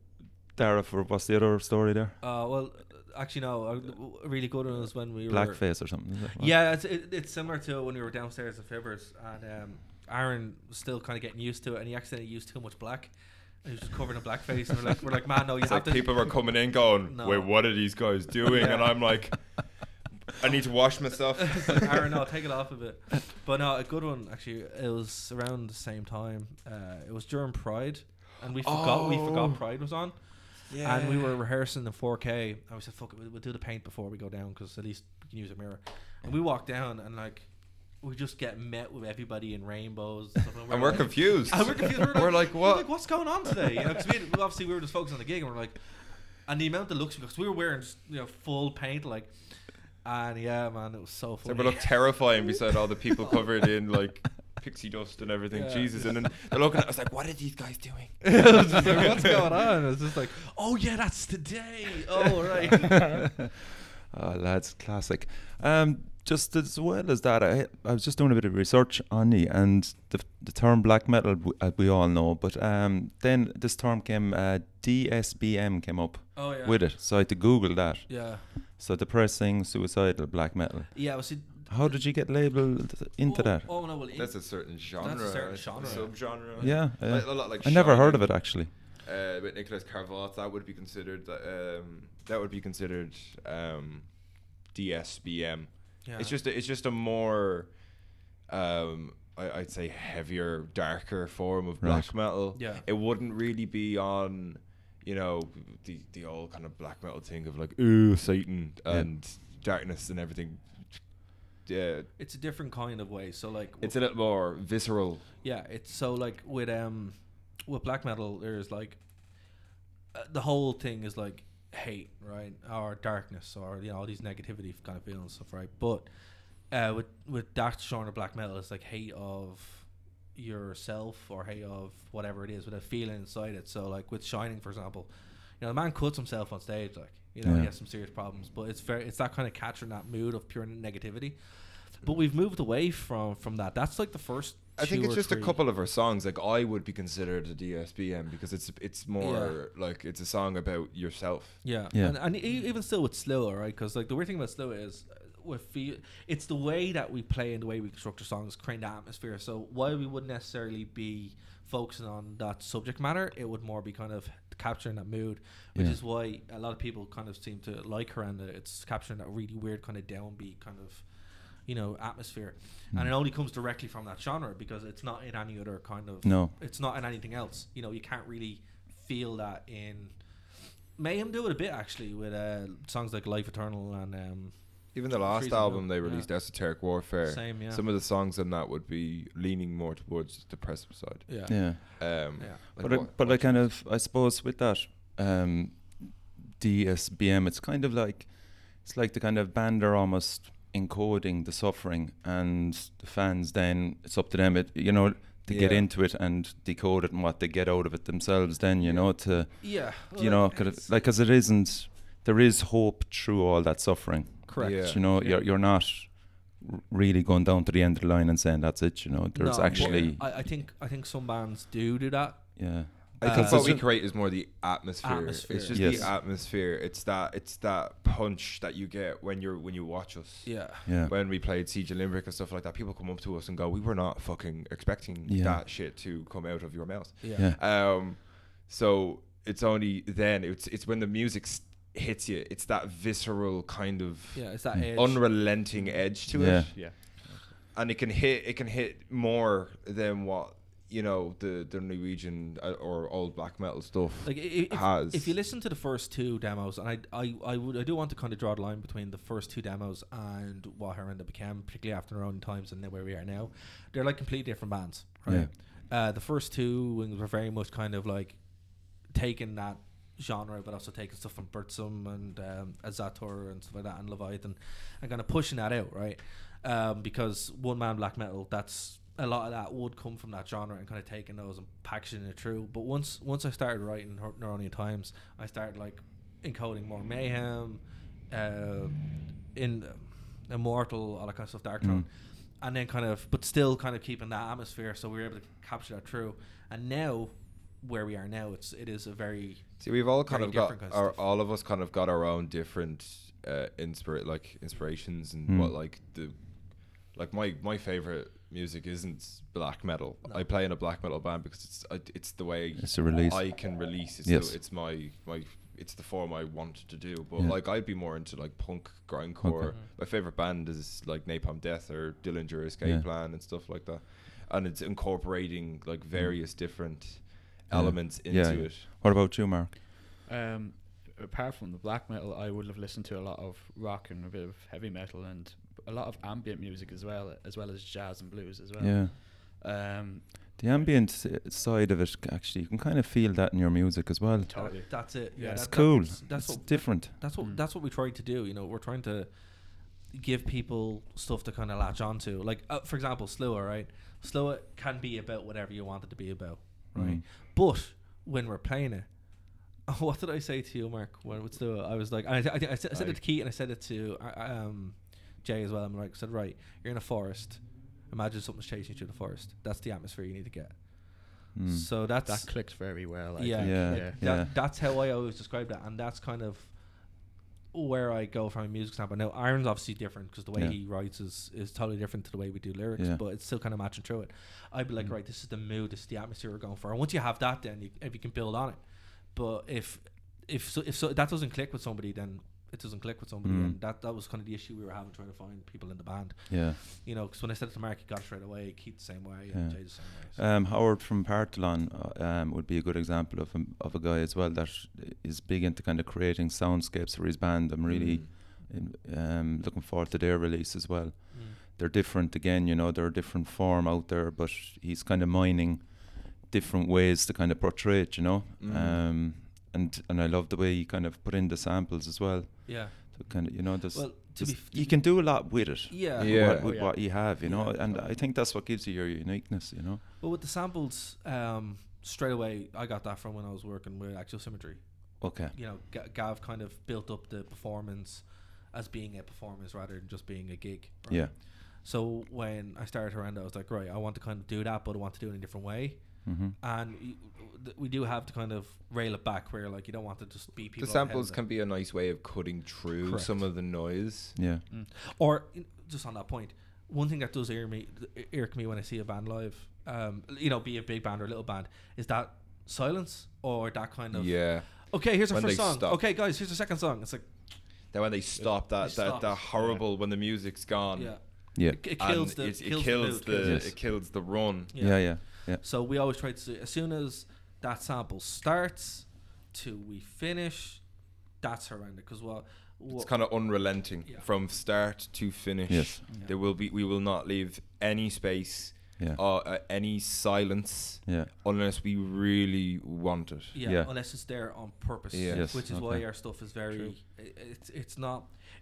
Dara. For what's the other story there? Uh, well, actually, no. A a really good one was when we were Blackface or something? is it? What? Yeah, it's, it, it's similar to when we were downstairs at Fibbers, and um, Aaron was still kind of getting used to it, and he accidentally used too much black. And he was just covered in blackface, and we're like, we're like, man, no, you It's have like to. people were coming in going, No. "Wait, what are these guys doing?" Yeah. And I'm like, "I need to wash myself." Aaron, no, take it off a bit. But no, a good one actually. It was around the same time. Uh, it was during Pride, and we forgot we Oh. forgot Pride was on. Yeah. And we were rehearsing in 4K. And we said, fuck it, we'll, we'll do the paint before we go down because at least we can use a mirror. And we walk down and like, we just get met with everybody in rainbows. And, stuff, and we're like- confused. And we're confused. We're like, We're like, we're "What?" like, what's going on today? You know, 'cause we had- obviously we were just focused on the gig and we're like, and the amount of looks, because we were wearing, you know, full paint, like, and yeah, man, it was so They funny. were look terrifying beside all the people covered in like pixie dust and everything. Yeah. Jesus, and then they're looking at us like, "What are these guys doing?" I was just like, what's going on? It's just like, oh yeah, that's today. Oh, right. oh, lads, classic. Um, just as well as that, I, I was just doing a bit of research on you and the, the term black metal, w- uh, we all know, but um, then this term came, uh, DSBM came up oh, yeah. with it. So I had to Google that. Yeah. So depressing, suicidal, black metal. Yeah, well, see, How did you get labeled into oh, that? Oh, no, well, in- That's a certain genre. certain it's a genre. subgenre. Yeah, yeah. Like- a lot like I never heard Shining, of it actually. Uh, with Nicholas Carvalho, that would be considered. That, um, that would be considered um, DSBM. yeah. It's just a, it's just a more, um, I, I'd say heavier, darker form of black metal. Yeah. it wouldn't really be on, you know, the the old kind of black metal thing of like ooh Satan Yeah. and darkness and everything. yeah, It's a different kind of way. So like it's a little more visceral. Yeah, it's so like with um with black metal there's like uh, the whole thing is like hate, right? Or darkness or you know all these negativity kind of feelings and stuff, right? But uh with with that genre of black metal it's like hate of yourself or hate of whatever it is with a feeling inside it. So like with Shining for example, you know the man cuts himself on stage like you know, he Yeah. has some serious problems, but it's very, it's that kind of capturing that mood of pure negativity. But we've moved away from from that. That's like the first. I think two it's or just a three. couple of her songs. Like I would be considered a DSBM because it's it's more like it's a song about yourself. Yeah, Yeah. and, and e- even still with slower, right? Because like the weird thing about slower is uh, with feel, it's the way that we play and the way we construct our songs, create the atmosphere. So while we wouldn't necessarily be focusing on that subject matter, it would more be kind of capturing that mood, which Yeah. is why a lot of people kind of seem to like her and uh, it's capturing that really weird kind of downbeat kind of you know atmosphere, Hmm. and it only comes directly from that genre because it's not in any other kind of No. it's not in anything else. You know, you can't really feel that in. Mayhem do it a bit actually with uh, songs like Life Eternal and um, Even the last Freezing album Up, they yeah. released, Esoteric Warfare. Same, yeah. Some of the songs on that would be leaning more towards the depressive side. yeah, yeah. Um, Yeah. but I, what- but I kind of I suppose with that um, DSBM, it's kind of like it's like the kind of band are almost encoding the suffering, and the fans then it's up to them. It you know to get Yeah. into it and decode it and what they get out of it themselves. Then you know to yeah. well, you know like, could it's- have, like because it isn't there is hope through all that suffering. correct. Yeah. You know Yeah. you're you're not r- really going down to the end of the line and saying that's it. You know No, there's but actually I, I think I think some bands do do that. yeah. I think Uh, what we Because- create is more the atmosphere. Atmosphere. It's just Yes. the atmosphere. It's that it's that punch that you get when you're when you watch us. Yeah, Yeah. When we played Siege of Limerick and stuff like that, people come up to us and go, "We were not fucking expecting Yeah. that shit to come out of your mouth." yeah, Yeah. Um, so it's only then it's it's when the music s- hits you. It's that visceral kind of Yeah, It's that Mm. edge. unrelenting edge to Yeah. it, Yeah. and it can hit it can hit more than what you know the the Norwegian uh, or old black metal stuff. like i- i- if, has. if you listen to the first two demos, and I, I, I would, I do want to kind of draw the line between the first two demos and what Herenda became, particularly after their own times and then where we are now. They're like completely different bands, right? Uh, the first two were very much kind of like taking that genre, but also taking stuff from Bertsum and um, Azator and stuff like that, and Leviathan, and kind of pushing that out, right? Um, because one man black metal, that's a lot of that would come from that genre and kind of taking those and packaging it through. But once once I started writing Nor- Neuronian Times, I started like encoding more mayhem, uh, in Immortal, all that kind of stuff, Mm. Dark Throne. And then kind of, but still kind of keeping that atmosphere, so we were able to capture that through. And now, where we are now, it's it is a very See, we've all kind very of got different kinds of our, stuff. all of us kind of got our own different uh, inspira- like inspirations and Hmm. what like the like my my favorite music isn't black metal. No. I play in a black metal band because it's I- it's the way It's a release. I can release. It's Yes. the, it's my my it's the form I want to do. But Yeah. like I'd be more into like punk grindcore. Mm-hmm. Okay. My favorite band is like Napalm Death or Dillinger Escape Yeah. Plan and stuff like that. And it's incorporating like various different Hmm. Yeah. elements into Yeah, yeah. it. What about you, Mark? Um, apart from the black metal, I would have listened to a lot of rock and a bit of heavy metal and a lot of ambient music as well, as well as jazz and blues as well. Yeah. Um, The ambient s- side of it, c- actually, you can kind of feel that in your music as well. totally. that's it. Yeah, Yeah, It's that- cool. That's, that's it's what different. that's what Mm. that's what we tried to do. You know, we're trying to give people stuff to kind of latch onto. Like, uh, for example, Slower, right? Slower can be about whatever you want it to be about, right? Mm. But when we're playing it, what did I say to you, Mark? When it's Slower, I was like, and I, th- I, th- I, said, I said it Aye. to Keith and I said it to uh, um, Jay as well. I'm like, I said, right, you're in a forest. Imagine something's chasing you through the forest. That's the atmosphere you need to get. Mm. So that's That clicked very well. I yeah, think. Yeah. like, yeah. Yeah. That, that's how I always describe that, and that's kind of where I go from a music standpoint. Now, Aaron's obviously different because the way Yeah. he writes is, is totally different to the way we do lyrics, Yeah. but it's still kind of matching through it. I'd be like, Mm. right, this is the mood, this is the atmosphere we're going for, and once you have that, then you, if you can build on it. But if if so, if so, that doesn't click with somebody, then it doesn't click with somebody, Mm. and that that was kind of the issue we were having trying to find people in the band. Yeah. You know, because when I said it to Mark, he got it straight away. Keith the same way, and Yeah. Jay the same way. so- Um, Howard from Partalon uh, um, would be a good example of a, of a guy as well that is big into kind of creating soundscapes for his band. I'm really um, looking forward to their release as well. Mm. they're different again. You know, they're a different form out there, but he's kind of mining different ways to kind of portray it. You know, Mm. um, and and I love the way he kind of put in the samples as well. Yeah. To kind of you know, there's, Well, to be there's- f- to you be- Oh, can do a lot with it. Yeah. with Yeah. What, with Yeah. what you have, you Yeah, know, and I totally. think that's what gives you your uniqueness. You know. But with the samples, um, straight away, I got that from when I was working with Axial Symmetry. Okay. You know, G- Gav kind of built up the performance as being a performance rather than just being a gig. right? Yeah. So when I started Horrenda, I was like, right, I want to kind of do that, but I want to do it in a different way. Mm-hmm. And y- th- we do have to kind of rail it back where, like, you don't want to just be people. The on samples head. can be a nice way of cutting through Correct. some of the noise. Yeah. Mm. Or you know, just on that point, one thing that does irk me, irk me when I see a band live, um, you know, be a big band or a little band, is that silence or that kind of Yeah. Okay, here's our When first they song. stop. Okay, guys, here's our second song. It's like Then when they stop that, They that, that stop. horrible when the music's gone. yeah, Yeah. it, it and kills the it, it kills, kills the, mood. the Yes. it kills the run. Yeah. Yeah. Yeah. Yeah. So we always try to do- as soon as that sample starts to we finish, that's horrendous because what, It's what kind of unrelenting Yeah. from start to finish. Yes. Yeah. There will be we will not leave any space Yeah. or uh, any silence Yeah. unless we really want it. yeah, yeah. unless it's there on purpose, Yes. Yes, which is okay. why our stuff is very i- it's it's not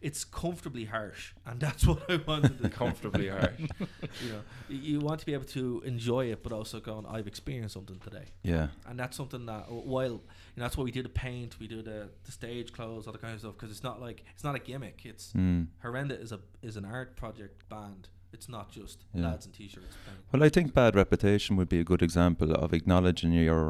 it's comfortably harsh, and that's what I wanted. to Comfortably harsh. you know, Y- you want to be able to enjoy it, but also going, I've experienced something today. Yeah. and that's something that w- while you know that's why we do the paint we do the, the stage clothes all that kind of stuff because it's not like it's not a gimmick it's Mm. horrenda is a is an art project band it's not just Yeah. lads and t-shirts playing. Well, I think bad reputation would be a good example of acknowledging your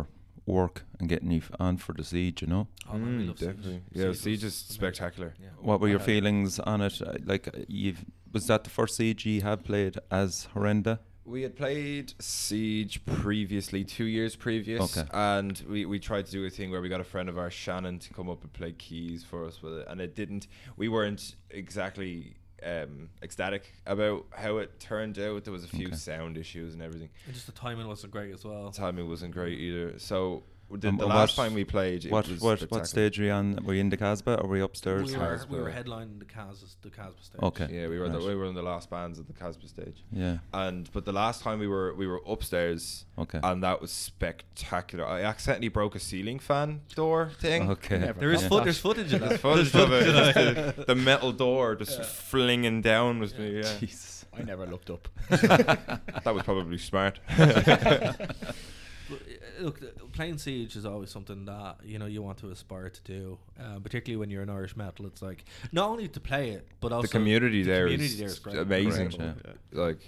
work and getting you f- on for the siege. You know, oh, man, we Mm, love Siege. definitely. Yeah, was Siege is amazing. spectacular. Yeah. what were your Uh, Uh-huh. feelings on it? Uh, Like, uh, you've was that the first siege you had played as Horrenda? We had played Siege previously, two years previous, Okay. and we, we tried to do a thing where we got a friend of ours, Shannon, to come up and play keys for us with it, and it didn't. We weren't exactly um, ecstatic about how it turned out. There was a few Okay. sound issues and everything. and just the timing wasn't great as well The timing wasn't great either. So the, Um, the and last what- time we played, it What was what spectacular. what stage were you on? Were you in the Casbah or were you we upstairs? were, we were Casbah. headlining the Casbah the Casbah stage Okay. Yeah, we were the, Right. we were in the last bands at the Casbah stage, Yeah. and but the last time we were we were upstairs. Okay. and that was spectacular. I accidentally broke a ceiling fan door thing. Okay. Never there is Yeah. foot, there's footage of that There's footage of it. footage of Just the, the metal door just Yeah. flinging down was me. Yeah. Jesus. I never looked up. That was probably smart. But, uh, Look, uh, playing Siege is always something that you know you want to aspire to do, uh, particularly when you're an Irish metal. It's like not only to play it, but also the community the there is community there is great. amazing. Correct, yeah. Like,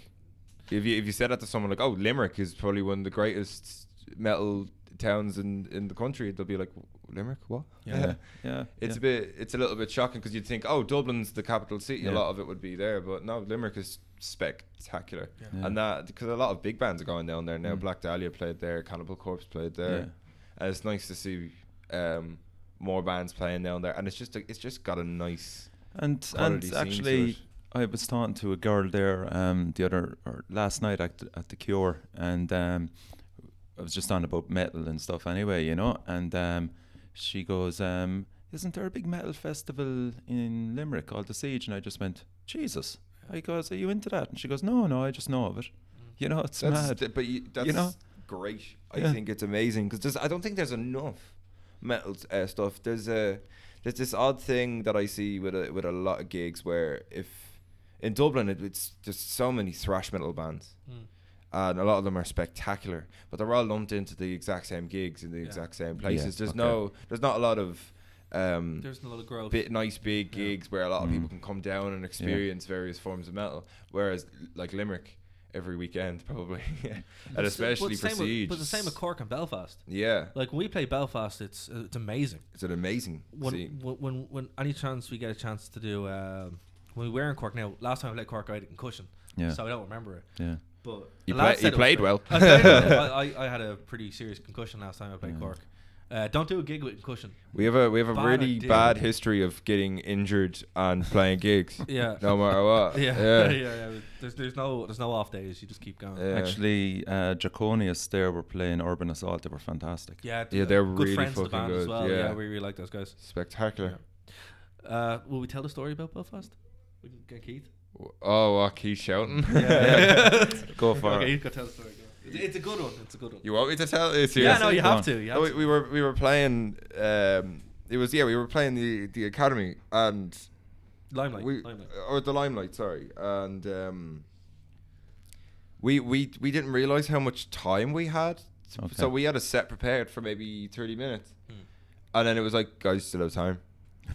if you if you said that to someone like, "Oh, Limerick is probably one of the greatest metal towns in in the country," they'll be like, "Limerick, what?" Yeah. Yeah. It's yeah. a bit, it's a little bit shocking because you'd think, oh, Dublin's the capital city. A Yeah. lot of it would be there, but no, Limerick is spectacular, Yeah. Yeah. and that because a lot of big bands are going down there now. Mm. Black Dahlia played there, Cannibal Corpse played there, Yeah. and it's nice to see um, more bands playing down there. And it's just, a, it's just got a nice And quality and scene to actually, it. I was talking to a girl there um, the other or last night at the, at the Cure, and um, I was just on about metal and stuff anyway, you know. And um, she goes, um, "Isn't there a big metal festival in Limerick called the Siege?" And I just went, "Jesus!" I goes, "Are you into that?" And she goes, "No, no, I just know of it." You know, it's that's mad. th- but you, that's know? great. I Yeah. think it's amazing because I don't think there's enough metal uh, stuff. There's a there's this odd thing that I see with a with a lot of gigs where if in Dublin it, it's just so many thrash metal bands Mm. and a lot of them are spectacular, but they're all lumped into the exact same gigs in the Yeah. exact same places. there's okay. no there's not a lot of um, There's a lot of growth. bit nice big Yeah. gigs where a lot of people Mm. can come down and experience various forms of metal. Whereas like Limerick, every weekend probably, But and it's Mm. the- but especially it's the for same with- Siege. But it's the same with Cork and Belfast. Yeah, Like when we play Belfast, it's uh, it's amazing. it's an amazing When, scene. when when when any chance we get a chance to do um, when we were in Cork. Now, last time I played Cork, I had a concussion, Yeah, so I don't remember it. yeah. But the You lad play- said you it was played great. well. I, played well. I, I- I had a pretty serious concussion last time I played Yeah. Cork. Uh, don't do a gig with concussion. We have a we have a Bad really idea. bad history of getting injured and playing gigs, Yeah. no matter what. yeah. yeah. yeah. yeah, There's there's no there's no off days. You just keep going. Yeah. Actually, uh, Draconius there were playing Urban Assault. They were fantastic. Yeah. Yeah, uh, they're good really friends of fucking the band as good, well. yeah. Yeah. we really like those guys. Spectacular. Uh, will we tell the story about Belfast? We can get Keith. Oh, what, Keith shouting? Go for okay, it. you've got to tell the story. It's, it's a good one. It's a good one. You want me to tell? It's yeah, yours. no, you Go have on. to. You have Oh, to. we, we were we were playing. Um, it was yeah, we were playing the the academy and Limelight. we uh, Limelight. or the limelight. Sorry, and um, we we we didn't realize how much time we had, so, Okay. so we had a set prepared for maybe thirty minutes, Mm. and then it was like, guys, still have time.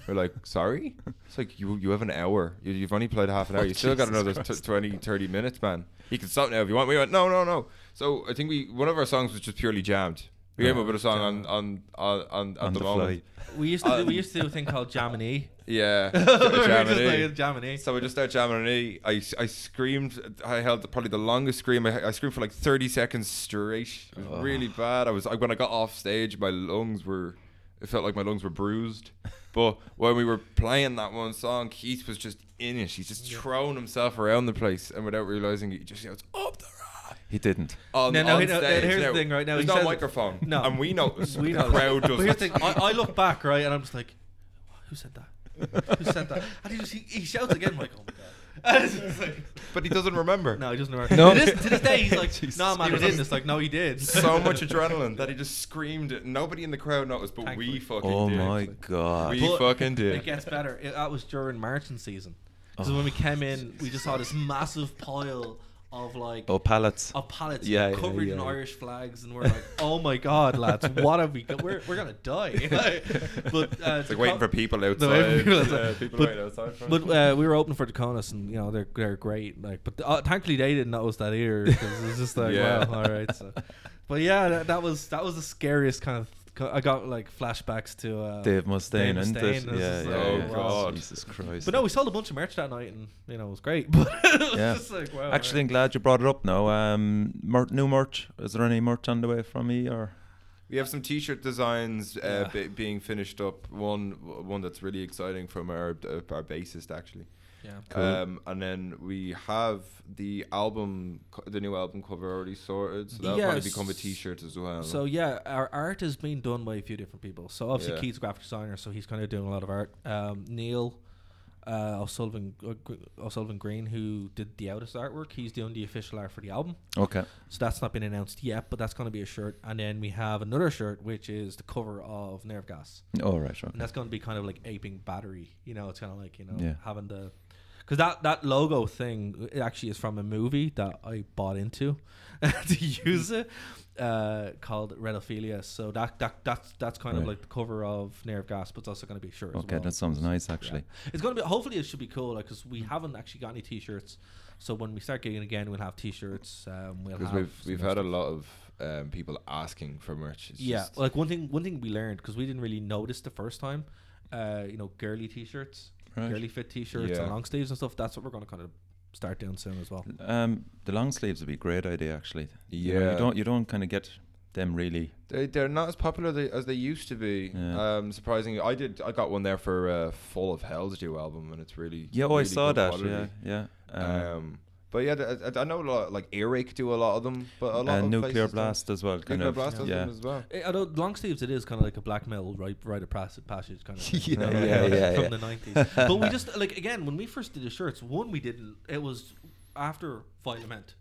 We're like, sorry? It's like, you you have an hour. You, you've only played half an Oh, hour. you still got Jesus another t- Christ. 20, 30 minutes, man. You can stop now if you want. We went, no, no, no. So I think we one of our songs was just purely jammed. We came Yeah. up with a song on, on, on, on, at On the, the moment. We used to do, we Um, used to do a thing called Jamini. Yeah. we were Jammin' just E. like Jamini. So we just started jamming on E. I, I screamed. I held the, probably the longest scream. I, I screamed for like 30 seconds straight. It was Oh. really bad. I was I, when I got off stage, my lungs were. It felt like my lungs were bruised. But when we were playing that one song, Keith was just in it. He's just Yeah. throwing himself around the place, and without realizing it, he just yells up the rock. He didn't. On, No, no, on he- no, stage. here's the Now, thing right now, There's he no says- microphone. No. and we notice. we know. The crowd but does. here's the thing. I, I look back right, and I'm just like, who said that? Who said that? And he just he, he shouts again, I'm like, oh my god. And it's just like- But he doesn't remember. no, he doesn't remember. No. To this, to this day, he's like, Jesus. no, man, He I was didn't. on- It's like, no, he did. so much adrenaline that he just screamed it. Nobody in the crowd noticed, but Thankfully. we fucking Oh did. my actually. god. We But fucking did. It gets better. It, that was during marching season. Because Oh. when we came in, we just saw this massive pile of like Oh, pallets. of pallets Yeah, yeah, covered yeah, in yeah. Irish flags, and we're like, "Oh my god, lads, what have we? Got? We're we're gonna die!" but uh, It's like waiting for people outside. No, waiting for people outside. Yeah, people But- waiting outside for But it. uh, we were open for the Conus, and you know they're they're great. Like, but uh, thankfully they didn't notice that either. 'cause it's just like, Yeah. wow, all right. So, but yeah, that, that was that was the scariest kind of. co- I got like flashbacks to uh, Dave Mustaine, Dave isn't Mustaine, it? and it's Yeah, just yeah, like, yeah. oh, God. Jesus Christ. But no, we sold a bunch of merch that night, and you know it was great. But it was Yeah. just like, wow. Actually, I'm alright. glad you brought it up now. Um, mer- new merch. Is there any merch on the way from me or? we have some T-shirt designs uh, Yeah. be- being finished up. One one that's really exciting from our uh, our bassist actually. yeah. Cool. Um, and then we have the album, co- the new album cover already sorted, so that'll probably Yes. become a T-shirt as well. So yeah, our art is being done by a few different people. So obviously Yeah. Keith's a graphic designer, so he's kind of doing a lot of art. Um, Neil uh, O'Sullivan uh, Gr- O'Sullivan Green, who did the artist artwork, he's doing the official art for the album. Okay. So that's not been announced yet, but that's going to be a shirt. And then we have another shirt, which is the cover of Nerve Gas, All right. and Okay. that's going to be kind of like aping Battery. You know, it's kind of like you know Yeah. having the because that, that logo thing it actually is from a movie that I bought into to use it uh, called Redophilia. So that that that's that's kind of Right. like the cover of Nerve Gas, but it's also going to be a shirt. as Okay, well. that sounds nice actually. It's gonna be. Hopefully, it should be cool because we Mm. haven't actually got any T-shirts. So when we start getting again, we'll have T-shirts. Um, we'll because have we've some we've other had a stuff. lot of um, people asking for merch. It's yeah, just- like one thing. One thing we learned because we didn't really notice the first time. Uh, you know, girly T-shirts, girly fit T-shirts, Yeah. and long sleeves and stuff. That's what we're gonna kind of start doing soon as well. Um, the long sleeves would be a great idea actually. You, know, you Yeah. don't you don't kind of get them really. They they're not as popular they, as they used to be. Yeah. Um, surprisingly, I did I got one there for uh, Full of Hell's new album, and it's really Yeah, oh, I really saw good that. quality. Yeah, yeah. Uh, Um, but yeah, th- I, I know a lot like Earache do a lot of them, but a lot Um, and of nuclear places blast as well. don't. Kind nuclear of, blast does yeah. them as well. Eh, although long sleeves, it is kind of like a black metal right rite of pas- passage kind of thing, you Yeah, know, yeah, yeah, from yeah. the nineties. But we just like again when we first did the shirts, one we didn't. It was after Violent,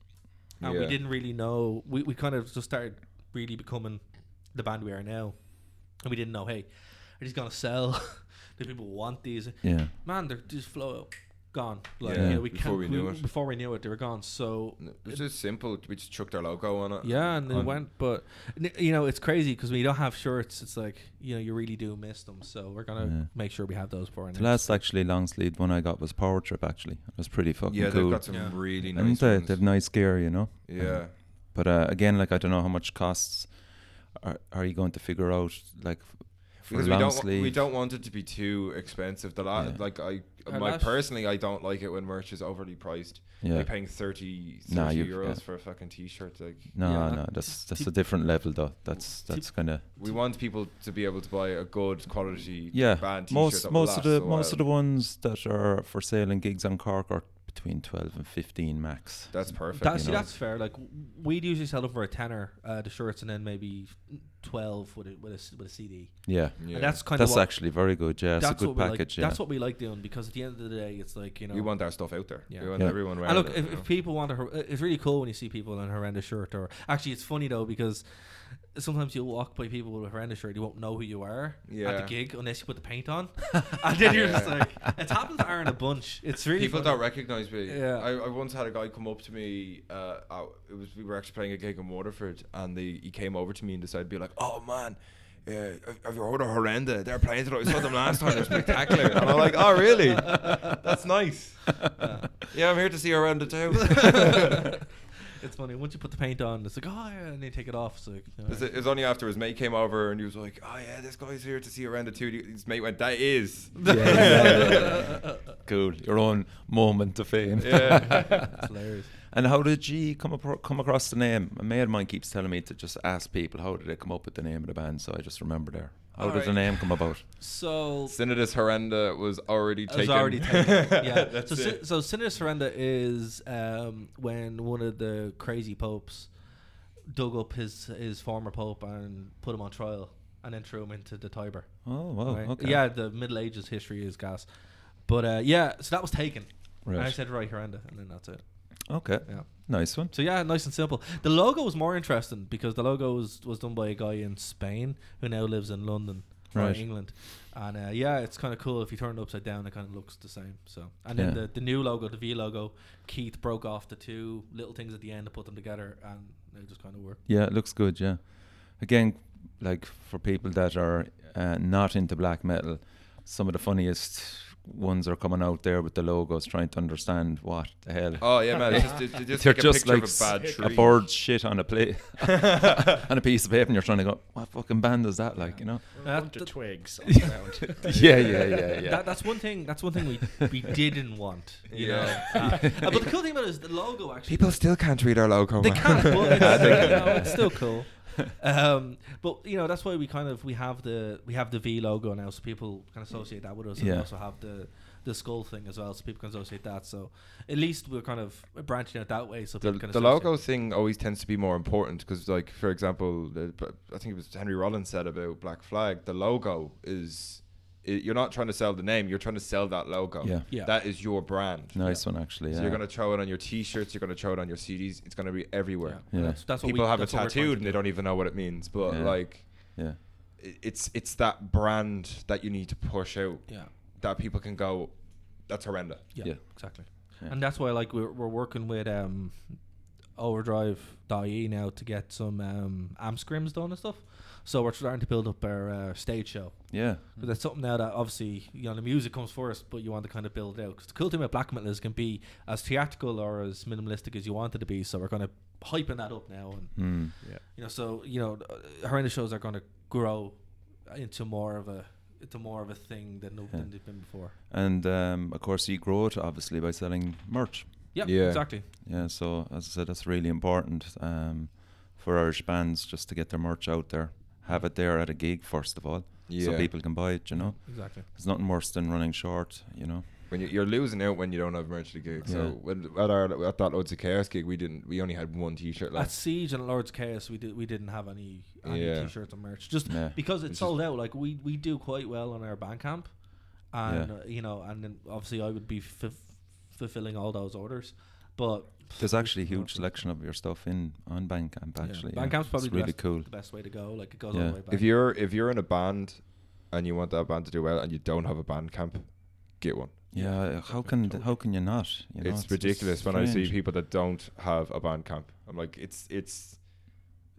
and we Yeah. didn't really know. We we kind of just started really becoming the band we are now, and we didn't know. Hey, are these gonna sell? Do people want these? Yeah. Man, they're just flow out. Gone. Like, Yeah. you know, we Before can't, we knew it. Before we knew it, they were gone. So N- It was just simple. We just chucked our logo on it. yeah, and they Um, on- went, but n- you know it's crazy because when you don't have shirts, it's like you know you really do miss them. So we're gonna Yeah. make sure we have those for our The last actually long sleeve one I got was Power Trip actually. It was pretty fucking Yeah, cool. they've got some Yeah. really and nice they, ones. they've nice gear, you know. yeah, But uh, again, like I don't know how much costs are are you going to figure out like f- for because we long don't wa- sleeve? we don't want it to be too expensive. The la- Yeah. like I, Our my last- personally, I don't like it when merch is overly priced. yeah. Like paying 30, 30 Nah, you- euros yeah. for a fucking t-shirt. Like no, Yeah, no, that- that's that's tip- a different level though. That's tip- that's kind of we want people to be able to buy a good quality yeah. band t-shirt. Most that will most of last uh, the a while. most of the ones that are for sale in gigs on Cork are between twelve and fifteen max. That's perfect. That, you see, know. that's fair. Like w- we'd usually sell them for a tenner, uh, the shirts, and then maybe twelve with a with a, s- with a CD. Yeah. Yeah. And that's kind That's of what, actually very good. Yeah, it's a good what we like- package. yeah. That's what we like doing because at the end of the day, it's like you know we want our stuff out there. Yeah. We want Yeah. everyone around. And look, it, if, you know. if people want to, hor- it's really cool when you see people in a horrendous shirt. Or actually, it's funny though because sometimes you'll walk by people with a horrendous shirt, you won't know who you are at Yeah. the gig unless you put the paint on, and then you're just Yeah. like, it's happened to Aaron a bunch. It's really people funny. don't recognize me. Yeah. I, I once had a guy come up to me. Uh, out- it was we were actually playing a gig in Waterford, and the, he came over to me and decided to be like, "Oh man, uh, have- have you heard of Horrenda? They're playing tonight. I saw them last time. They're spectacular." And I'm like, "Oh really? That's nice. Yeah, I'm here to see Horrenda too." it's funny once you put the paint on, it's like oh, yeah, and they take it off. It's like It's- It was only after his mate came over and he was like, "Oh yeah, this guy's here to see Horrenda too." And His mate went, "That is." Yeah, yeah, yeah. cool. Your own moment of fame. Yeah. It's hilarious. And how did you come apro- come across the name? A mate of mine keeps telling me to just ask people how did they come up with the name of the band. So I just remember there. How did the Alright. name come about? So Synodus Horrenda was already It taken. was already taken. Yeah. That's so, it. Sin- so Sinner Surrender is um, when one of the crazy popes dug up his his former pope and put him on trial and then threw him into the Tiber. Oh wow. right? Okay. Yeah, the Middle Ages history is gas. But uh, yeah, so that was taken. And I Right. said right Horrenda, and then that's it. Okay. Yeah. Nice one. So yeah, nice and simple. The logo was more interesting because the logo was, was done by a guy in Spain who now lives in London or Right. England, and uh, yeah, it's kind of cool. If you turn it upside down, it kind of looks the same. So and then Yeah. the, the new logo, the V logo, Keith broke off the two little things at the end to put them together, and they just kind of work. Yeah, it looks good. Yeah, again, like for people that are uh, not into black metal, some of the funniest ones are coming out there with the logos, trying to understand what the hell. Oh yeah, man. It's just, it's just They're like a just picture like s- of a bad a tree. bird shit on a plate, on a piece of paper, and you're trying to go, what fucking band is that? Like, you know? Or a Uh, bunch of th- twigs on the ground. yeah, yeah, yeah, yeah. That, that's one thing. That's one thing we, we didn't want. You Yeah. know. Uh, uh, but the cool thing about it is the logo actually. People still can't read our logo. They man. can't, but it's, Yeah, they you can. know, it's still cool. Um, but you know that's why we kind of we have the we have the V logo now, so people can associate that with us, Yeah. and also have the the skull thing as well, so people can associate that. So at least we're kind of branching out that way, so the, people can. the associate logo it. thing always tends to be more important because, like, for example, the, I think it was Henry Rollins said about Black Flag. The logo is i you're not trying to sell the name; you're trying to sell that logo. Yeah. Yeah. that is your brand. nice one, actually. Yeah. So you're gonna throw it on your T-shirts. You're gonna throw it on your CDs. It's gonna be everywhere. Yeah. Yeah. That's, that's what we- People have it that's what we're trying tattooed to and they do. don't even know what it means. But Yeah. like, yeah. i- it's it's that brand that you need to push out Yeah. that people can go. That's horrendous. Yeah, Yeah. exactly. Yeah. And that's why, like, we're, we're working with um, Overdrive DAE now to get some um, amp scrims done and stuff. So we're starting to build up our uh, stage show. Yeah. But that's something now that obviously you know the music comes first, but you want to kind of build it out. 'Cause the cool thing about black metal is it can be as theatrical or as minimalistic as you want it to be. So we're kind of hyping that up now, and Mm. yeah. you know, so you know, uh, horrendous shows are going to grow into more of a into more of a thing than, no- Yeah. than they've been before. And um, of course, you grow it obviously by selling merch. Yep, Yeah. exactly. Yeah, so as I said, that's really important um, for Irish bands just to get their merch out there. Have it there at a gig first of all, so people can buy it. You know, Exactly. there's nothing worse than running short. You know. When you, you're losing out when you don't have merch at the gig. So Yeah. when, at our at that loads of chaos gig, we didn't. We only had one T-shirt At left. Siege and Lord's Chaos, we did we didn't have any, any Yeah. t-shirts or merch, just Yeah. because Which is- it's sold out. Like we we do quite well on our Bandcamp, and Yeah. uh, you know, and then obviously I would be f- fulfilling all those orders, but There's actually a huge selection of your stuff in on Bandcamp. Actually, yeah. Bandcamp's probably it's the really best- cool. the best way to go. Like it goes all Yeah. the way back. if you're if you're in a band, and you want that band to do well, and you don't have a band camp, get one. Yeah, uh, how can th- how can you not? You know, it's ridiculous when I see strange. people that don't have a band camp. I'm like, it's it's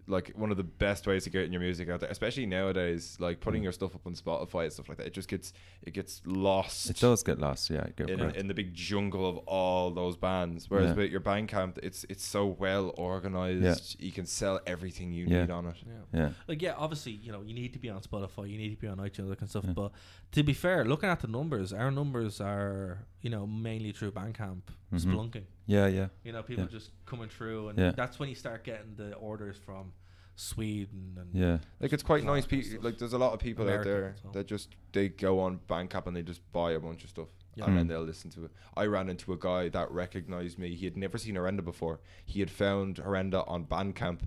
like one of the best ways to get your music out there, especially nowadays. Like putting Mm. your stuff up on Spotify and stuff like that. It just gets it gets lost. It does get lost. Yeah, you're in, correct. in the big jungle of all those bands. Whereas Yeah. with your Bandcamp, it's it's so well organized. You can sell everything you Yeah. need on it. yeah. yeah, Like yeah, obviously you know you need to be on Spotify, you need to be on iTunes, that kind of stuff. Yeah. But to be fair, looking at the numbers, our numbers are you know mainly through Bandcamp, Mhm. Splunking. yeah, yeah. You know, people Yeah. just coming through, and Yeah. that's when you start getting the orders from Sweden and Yeah, Like it's quite nice. Podcast Pe- stuff. like there's a lot of people American out there as well. that just they go on Bandcamp and they just buy a bunch of stuff. Yeah. And then Mm. they'll listen to it. I ran into a guy that recognized me. He had never seen Horrenda before. He had found Horrenda on Bandcamp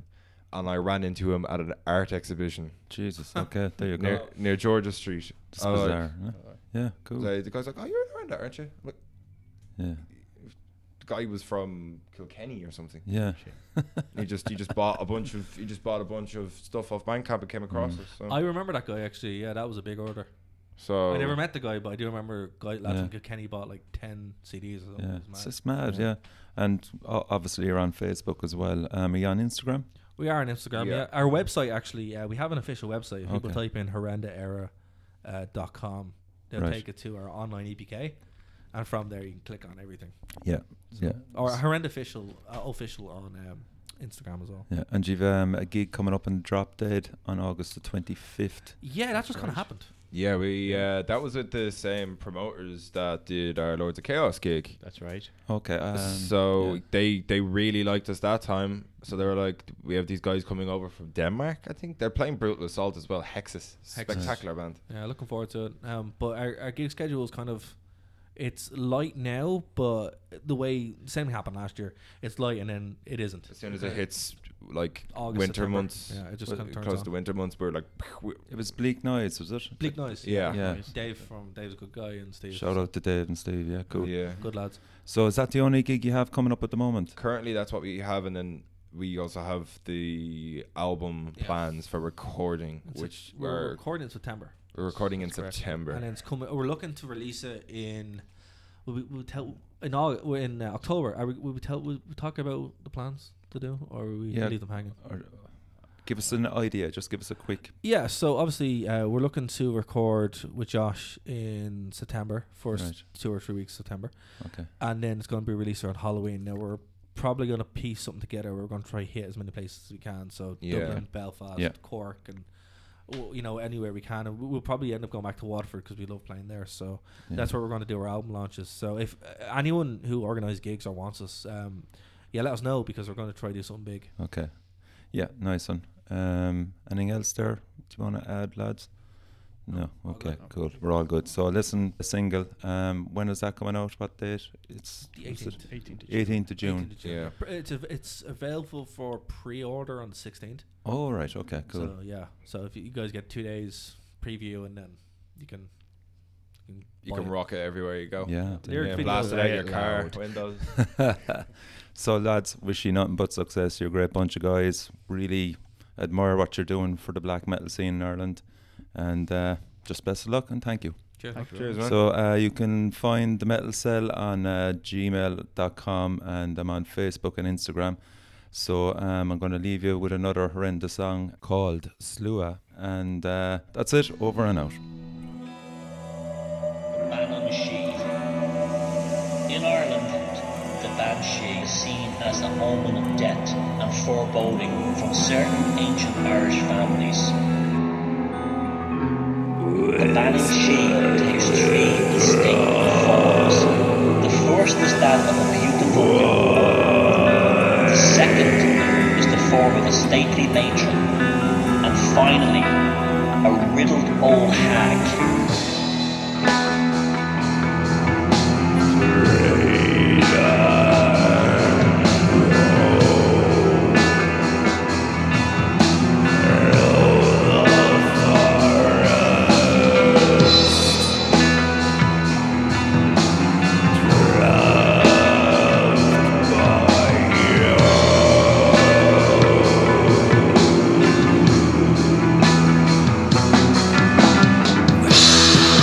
and I ran into him at an art exhibition Jesus. Okay, there you near, Oh, go. near Georgia Street. It's I was like- bizarre. huh? Yeah, cool. So the guy's like, "Oh, you're an Ireland, aren't you?" I'm like, Yeah, the guy was from Kilkenny or something. yeah. he just he just bought a bunch of he just bought a bunch of stuff off Bandcamp and came across Mm. us. So, I remember that guy actually. Yeah, that was a big order. so I never met the guy, but I do remember a guy lad Oh. Yeah. from Kilkenny bought like ten CDs or something. Yeah, It was it's mad. just mad. Yeah. Yeah, and o- obviously you're on Facebook as well. Um, are you on Instagram? We are on Instagram. Yeah. Yeah. Our website actually, uh, we have an official website. If people Okay. type in horrendaera.com, uh, dot com, they'll Right. take it to our online EPK, and from there you can click on everything. Yeah, yeah, Or horrend official, uh, official on um, Instagram as well. yeah. And you've um, a gig coming up in Drop Dead on August the 25th. Yeah, that's just kind Right. of happened. yeah, we uh, that was with the same promoters that did our Lords of Chaos gig. That's right. Okay. Um, so yeah. they they really liked us that time. So they were like, we have these guys coming over from Denmark. I think they're playing Brutal Assault as well. Hexus, spectacular band. Yeah, looking forward to it. Um, but our, our gig schedule is kind of it's light now, but the way same happened last year, it's light and then it isn't. As soon as it hits like August, winter September. months, Yeah, it just well, kind of turns close on. to winter months, we're like, we- it was Bleak Noise, was it? Bleak noise. yeah, Yeah. Dave from Dave's a good guy and Steve. Shout out to Dave and Steve. Yeah, cool. yeah. Good lads. So is that the only gig you have coming up at the moment? Currently, that's what we have, and then we also have the album Yeah. plans for recording, It's which a, we're we're, recording in September. we're recording in That's correct. September. And then it's coming. We're looking to release it in. We we tell in August, we're in uh, October. Are we will we tell we talk about the plans to do, or will we Yeah. leave them hanging? Or give us an idea. Just give us a quick. Yeah. So obviously, uh, we're looking to record with Josh in September, first Right. two or three weeks of September, Okay. and then it's going to be released around Halloween. Now we're probably going to piece something together. We're going to try hit as many places as we can. So Yeah. Dublin, Belfast, Yeah. Cork, and w- you know anywhere we can. And we- we'll probably end up going back to Waterford because we love playing there. So. Yeah. That's where we're going to do our album launches. So if uh, anyone who organises gigs or wants us, um, yeah, let us know because we're going to try to do something big. Okay. Yeah, nice one. Um, anything else there? Do you want to add, lads? No. all Okay. good. Cool. We're all good. So listen, a single. Um, when is that coming out? What date? It's The what's it? 18th. 18 to 18th of June. 18th of Yeah. Pr- It's av- it's available for pre-order on the 16th. Oh right. Okay. Cool. So yeah, so if you guys get two days preview and then you can you can, you buy can it. rock it everywhere you go. yeah. Lyric Yeah, videos blast oh, it out are your car loud. windows. so lads, wish you nothing but success. You're a great bunch of guys. Really admire what you're doing for the black metal scene in Ireland, and uh, just best of luck and thank you. Cheers, man. Thank you. Cheers, man. So uh, you can find the Metal Cell on uh, gmail.com and I'm on Facebook and Instagram. So um, I'm going to leave you with another horrendous song called Slua. And uh, that's it. Over and out. Banshee. In Ireland, the Banshee is seen as the omen of death and foreboding from certain ancient Irish families. The Banshee takes three distinct forms. The first is that of a beautiful woman. The second is the form of a stately matron. And finally, a riddled old hag. Thank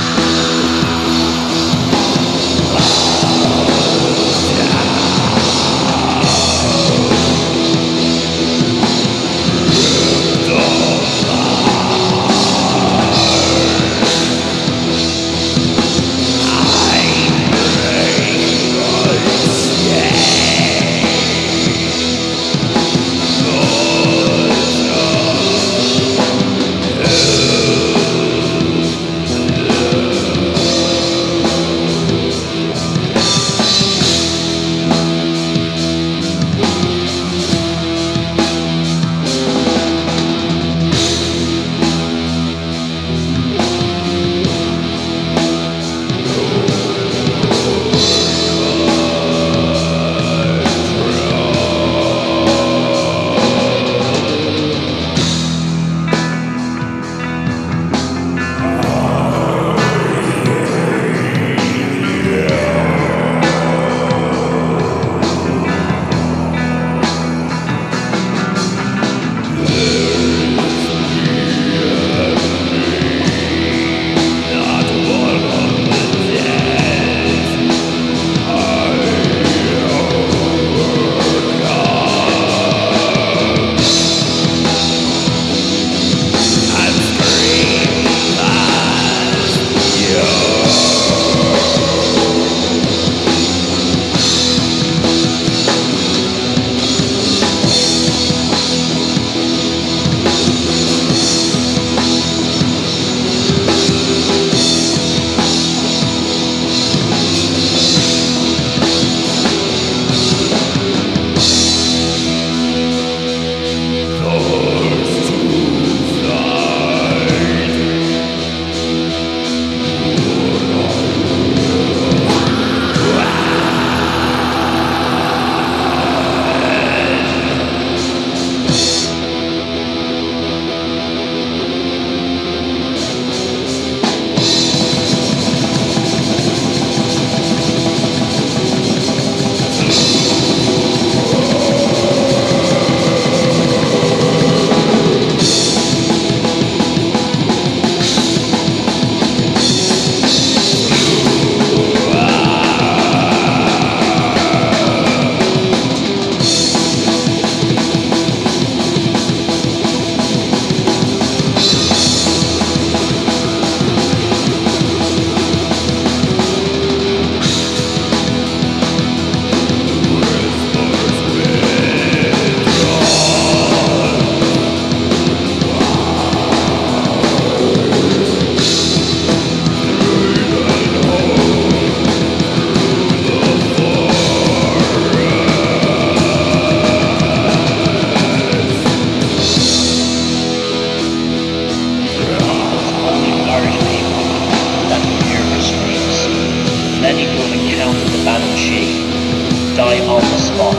die on the spot,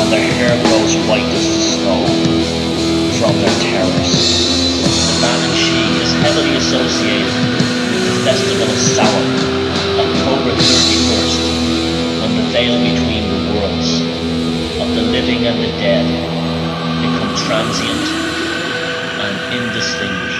and their hair grows white as the snow from their terrors. The Banshee is heavily associated with the festival of Samhain on October 31st, when the veil between the worlds of the living and the dead become transient and indistinguishable.